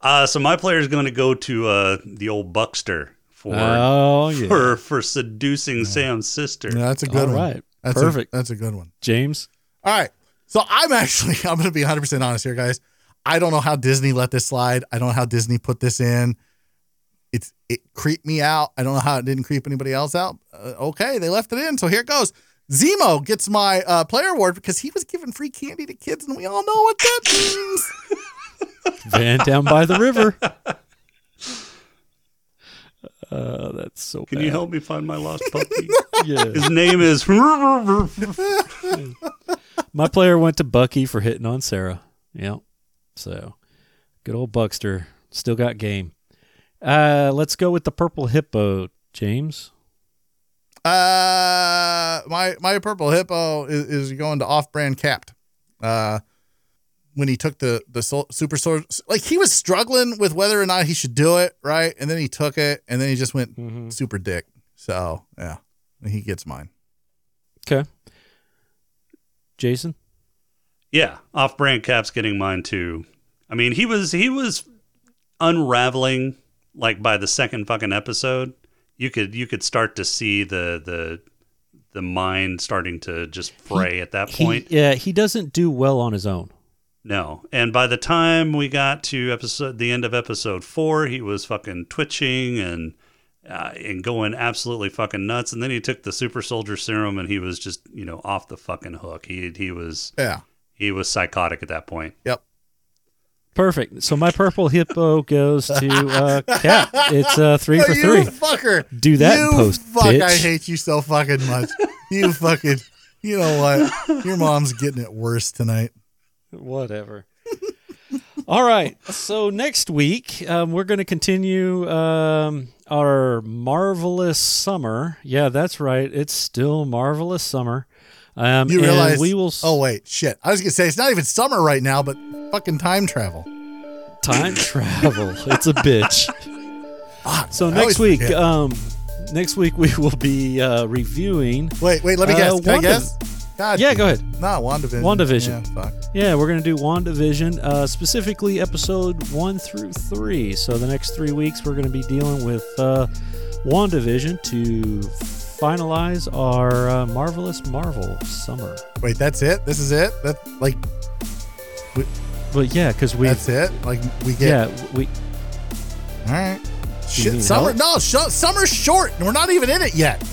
Speaker 5: Uh, so my player is going to go to uh, the old Buckster for
Speaker 4: Oh yeah.
Speaker 5: for for seducing Sam's sister.
Speaker 6: (laughs) Yeah, that's a good
Speaker 4: All
Speaker 6: one.
Speaker 4: right.
Speaker 6: That's a-
Speaker 4: Perfect.
Speaker 6: that's a good one.
Speaker 4: James.
Speaker 6: All right. So I'm actually, (laughs) I'm going to be 100% honest here, guys. I don't know how Disney let this slide. I don't know how Disney put this in. It's it creeped me out. I don't know how it didn't creep anybody else out. Uh, okay, they left it in. So here it goes. Zemo gets my uh, player award because he was giving free candy to kids, and we all know what that means.
Speaker 4: Van down by the
Speaker 6: (laughs)
Speaker 4: river. Uh, that's so.
Speaker 5: Can you help me find my
Speaker 6: (laughs)
Speaker 5: lost puppy?
Speaker 4: Yeah.
Speaker 5: His
Speaker 4: (laughs)
Speaker 5: name is.
Speaker 4: My player went to Bucky for hitting on Sarah. Yep. So good old Buckster. Still got game. Uh, let's go with the purple hippo, James.
Speaker 6: Uh, my my purple hippo is, is going to off-brand capped. Uh, when he took the the sol- super sword, like he was struggling with whether or not
Speaker 4: Mm-hmm.
Speaker 6: he should do it, right? And then he took it, and then he just went super dick. So yeah, He gets mine.
Speaker 4: Okay. Jason?
Speaker 5: Yeah, off-brand Cap's getting mine too. I mean, he was he was unraveling like by the second fucking episode. You could you could start to see the the the mind starting to just fray at that point.
Speaker 4: He, yeah, he doesn't do well on his own.
Speaker 5: No. And by the time we got to episode the end of episode 4, he was fucking twitching and uh, and going absolutely fucking nuts and then he took the super soldier serum and he was just, you know, off the fucking hook. He he was
Speaker 6: Yeah.
Speaker 5: he was psychotic at that point.
Speaker 6: Yep.
Speaker 4: Perfect. So my purple
Speaker 6: (laughs)
Speaker 4: hippo goes to uh, Cap. It's uh, three for
Speaker 6: Oh, you
Speaker 4: three.
Speaker 6: fucker.
Speaker 4: Do that
Speaker 6: you
Speaker 4: in post,
Speaker 6: Fuck, I
Speaker 4: bitch.
Speaker 6: hate you so fucking much. you fucking. You know what? Your mom's getting it worse tonight.
Speaker 4: Whatever. All right. So next week, um, we're going to continue um, our marvelous summer. Yeah, that's right. It's still marvelous summer. Um,
Speaker 6: You
Speaker 4: and
Speaker 6: realize
Speaker 4: we will s-
Speaker 6: Oh wait, shit. I was gonna say it's not even summer right now, but fucking time travel.
Speaker 4: time travel. It's a
Speaker 6: (laughs)
Speaker 4: bitch.
Speaker 6: Fuck,
Speaker 4: So
Speaker 6: Ah, I
Speaker 4: next
Speaker 6: always
Speaker 4: week,
Speaker 6: forget.
Speaker 4: um, next week we will be uh, reviewing.
Speaker 6: wait, wait. Let me
Speaker 4: uh,
Speaker 6: guess. Can I
Speaker 4: Wanda-
Speaker 6: guess? God,
Speaker 4: Yeah, go ahead.
Speaker 6: Not Wandavision.
Speaker 4: WandaVision.
Speaker 6: Yeah, fuck.
Speaker 4: Yeah, we're going to do WandaVision, uh, specifically episode one through three. So, the next three weeks, we're going to be dealing with uh, WandaVision to finalize our uh, marvelous Marvel summer.
Speaker 6: Wait, that's it. This is it. That like
Speaker 4: But yeah, because we.
Speaker 6: that's it. Like we get.
Speaker 4: Yeah, we.
Speaker 6: All right.
Speaker 4: need
Speaker 6: Shit, summer.
Speaker 4: help?
Speaker 6: No, sh- summer's short, and we're not even in it yet.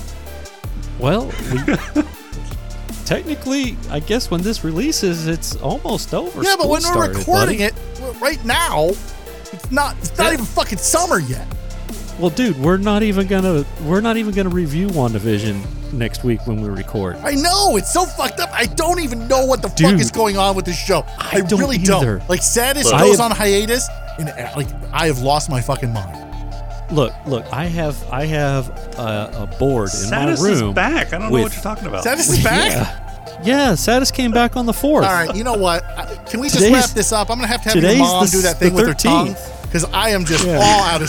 Speaker 4: Well, we. (laughs) technically, I guess when this releases, it's almost over.
Speaker 6: yeah, but
Speaker 4: School
Speaker 6: when we're
Speaker 4: started,
Speaker 6: recording
Speaker 4: buddy.
Speaker 6: it w- right now, it's not. It's not
Speaker 4: Yeah.
Speaker 6: even fucking summer yet.
Speaker 4: Well, dude, we're not even gonna we're not even gonna review WandaVision next week when we record.
Speaker 6: I know it's so fucked up. I don't even know what the
Speaker 4: Dude.
Speaker 6: fuck is going on with this show. I,
Speaker 4: don't
Speaker 6: really
Speaker 4: either.
Speaker 6: don't. Like, sadness
Speaker 4: Look, I
Speaker 6: goes
Speaker 4: have-
Speaker 6: on hiatus, and uh, like I have lost my fucking mind.
Speaker 4: Look, look, I have I have a, a board in
Speaker 5: Satis
Speaker 4: my room.
Speaker 5: is back. I don't know
Speaker 4: with-
Speaker 5: what you're talking about.
Speaker 6: Sadness is back.
Speaker 4: (laughs) Yeah, yeah. Satis came back on the fourth.
Speaker 6: All right, you know what? I- Can we just
Speaker 4: Today's-
Speaker 6: wrap this up? I'm gonna have to have your
Speaker 4: today's
Speaker 6: mom
Speaker 4: the
Speaker 6: do
Speaker 4: s-
Speaker 6: that thing
Speaker 4: the
Speaker 6: with her tongue
Speaker 4: 13th.
Speaker 6: because I am just
Speaker 4: Yeah.
Speaker 6: all out of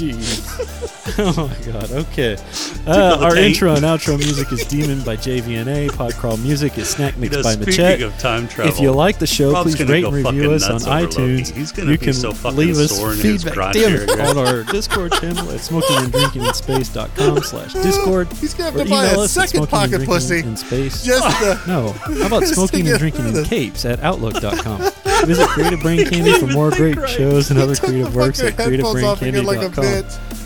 Speaker 4: (laughs) Jeez. oh my god. Okay. Uh,
Speaker 5: the
Speaker 4: our
Speaker 5: tape.
Speaker 4: intro and outro music is Demon by JVNA. Podcrawl music is Snack Mix
Speaker 5: You know,
Speaker 4: by
Speaker 5: speaking
Speaker 4: Machette.
Speaker 5: of time travel,
Speaker 4: if you like the show,
Speaker 5: Rob's
Speaker 4: please
Speaker 5: gonna
Speaker 4: rate
Speaker 5: go
Speaker 4: and review
Speaker 5: fucking
Speaker 4: us on
Speaker 5: nuts over Loki.
Speaker 4: iTunes.
Speaker 5: He's gonna
Speaker 4: you
Speaker 5: be
Speaker 4: can
Speaker 5: so fucking
Speaker 4: leave us
Speaker 5: sore in his
Speaker 4: feedback
Speaker 5: crotch
Speaker 4: damn
Speaker 5: area.
Speaker 4: it, on our Discord channel at smokinganddrinkinginspace.com slash Discord.
Speaker 6: He's gonna have
Speaker 4: or
Speaker 6: to buy
Speaker 4: email
Speaker 6: a
Speaker 4: us at
Speaker 6: second
Speaker 4: smoking and
Speaker 6: pocket
Speaker 4: drinking
Speaker 6: pussy.
Speaker 4: In space.
Speaker 6: Just the
Speaker 4: No. How about
Speaker 6: Just
Speaker 4: smoking
Speaker 6: thinking
Speaker 4: and drinking in
Speaker 6: of
Speaker 4: capes at outlook.com? (laughs) Visit Creative Brain Candy for more great shows and other (laughs)
Speaker 6: took
Speaker 4: creative
Speaker 6: the
Speaker 4: works at
Speaker 6: fucking headphones off again like a
Speaker 4: creativebraincandy.com.
Speaker 6: bitch.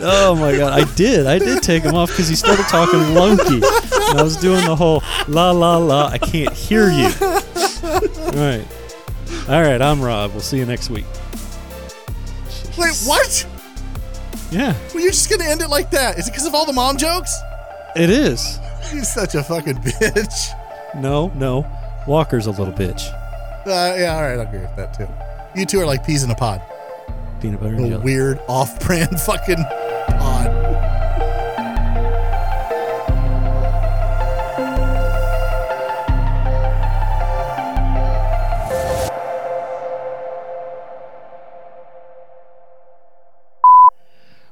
Speaker 4: Oh my god, I did. I did take him off because he started (laughs) talking lunky. And I was doing the whole la la la, I can't hear (laughs) you. All right. All right, I'm Rob. We'll see you next week.
Speaker 6: Wait, what?
Speaker 4: Yeah,
Speaker 6: Were you just gonna end it like that? Is it because of all the mom jokes?
Speaker 4: it is.
Speaker 6: You're such a fucking (laughs) bitch.
Speaker 4: No, no. Walker's a little bitch.
Speaker 6: Uh, yeah, all right, I agree with that too. You two are like peas in a pod.
Speaker 4: Peanut butter and
Speaker 6: A
Speaker 4: jelly.
Speaker 6: weird off-brand (laughs) fucking pod.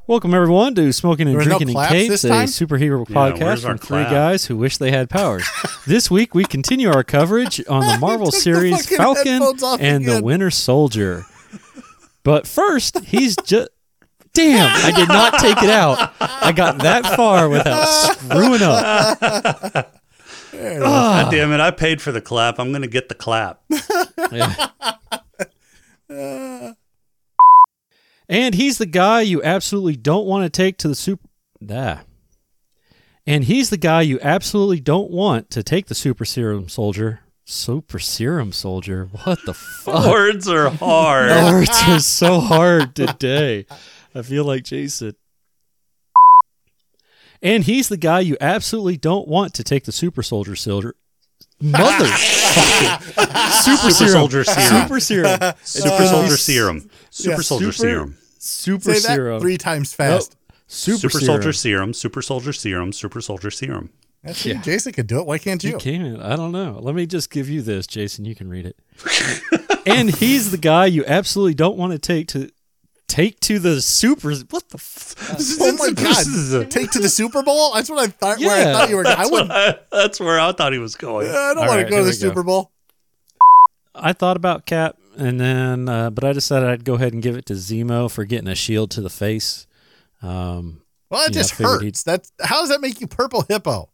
Speaker 4: Welcome everyone to Smoking and
Speaker 6: There was no
Speaker 4: Drinking in
Speaker 6: claps
Speaker 4: Capes,
Speaker 6: this
Speaker 4: a
Speaker 6: time?
Speaker 4: superhero
Speaker 5: Yeah,
Speaker 4: podcast
Speaker 5: where's our
Speaker 4: from three
Speaker 5: clap?
Speaker 4: guys who wish they had
Speaker 6: (laughs)
Speaker 4: powers. this week we continue our coverage on the
Speaker 6: He
Speaker 4: Marvel
Speaker 6: took the
Speaker 4: series
Speaker 6: fucking
Speaker 4: Falcon
Speaker 6: headphones off
Speaker 4: and the
Speaker 6: again.
Speaker 4: Winter
Speaker 6: (laughs)
Speaker 4: Soldier. But first, he's just Damn, I did not take it out. I got that far without screwing up. Ah.
Speaker 5: God damn it! I paid for the clap. I'm gonna get the
Speaker 4: (laughs)
Speaker 5: clap.
Speaker 4: Yeah. (laughs) And he's the guy you absolutely don't want to take to the super. Nah. And he's the guy you absolutely don't want to take the super serum soldier. Super serum soldier. What the fuck?
Speaker 5: Words
Speaker 4: (laughs)
Speaker 5: are hard. (laughs)
Speaker 4: Words are so hard today. I feel like Jason. And he's the guy you absolutely don't want to take the super soldier soldier.
Speaker 5: (laughs)
Speaker 4: Mother super,
Speaker 5: Super
Speaker 4: serum.
Speaker 5: soldier serum.
Speaker 4: Super serum.
Speaker 5: Super soldier serum. Super soldier
Speaker 4: super-
Speaker 5: serum.
Speaker 4: Super
Speaker 6: Say
Speaker 4: serum.
Speaker 6: that three times fast.
Speaker 4: Nope. Super,
Speaker 5: Super
Speaker 4: serum.
Speaker 5: soldier serum. Super soldier serum. Super soldier serum.
Speaker 6: That's you. Jason could do it. Why can't
Speaker 4: You
Speaker 6: you?
Speaker 4: can. I don't know. Let me just give you this, (laughs) Jason. You can read it. and he's the guy you absolutely don't want to take to Take to the super. What the? F- (laughs)
Speaker 6: Oh my god! Take to the Super Bowl. That's what I thought. Where I
Speaker 4: Yeah.
Speaker 6: thought you were. I wouldn't.
Speaker 5: That's where I thought he was going.
Speaker 6: I don't
Speaker 4: All
Speaker 6: want
Speaker 4: right,
Speaker 6: to go
Speaker 4: here
Speaker 6: to the
Speaker 4: we go.
Speaker 6: Super Bowl.
Speaker 4: I thought about Cap, and then uh, but I decided I'd go ahead and give it to Zemo for getting a shield to the face. Um,
Speaker 6: Well, that
Speaker 4: Yeah, I
Speaker 6: just
Speaker 4: figured he'd-
Speaker 6: hurts. That's how does that make you purple hippo?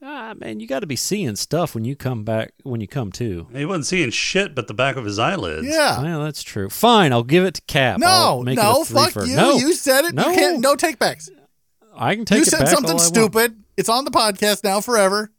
Speaker 4: ah, man, you got to be seeing stuff when you come back when you come to.
Speaker 5: He wasn't seeing shit but the back of his eyelids.
Speaker 6: Yeah.
Speaker 4: Well, that's true. Fine, I'll give it to Cap.
Speaker 6: No,
Speaker 4: I'll make
Speaker 6: no,
Speaker 4: it a three
Speaker 6: fuck
Speaker 4: for-
Speaker 6: you.
Speaker 4: No,
Speaker 6: You said it.
Speaker 4: No,
Speaker 6: You can't. No take backs.
Speaker 4: I can take
Speaker 6: you
Speaker 4: it
Speaker 6: said
Speaker 4: back
Speaker 6: something
Speaker 4: all I want.
Speaker 6: stupid. It's on the podcast now forever.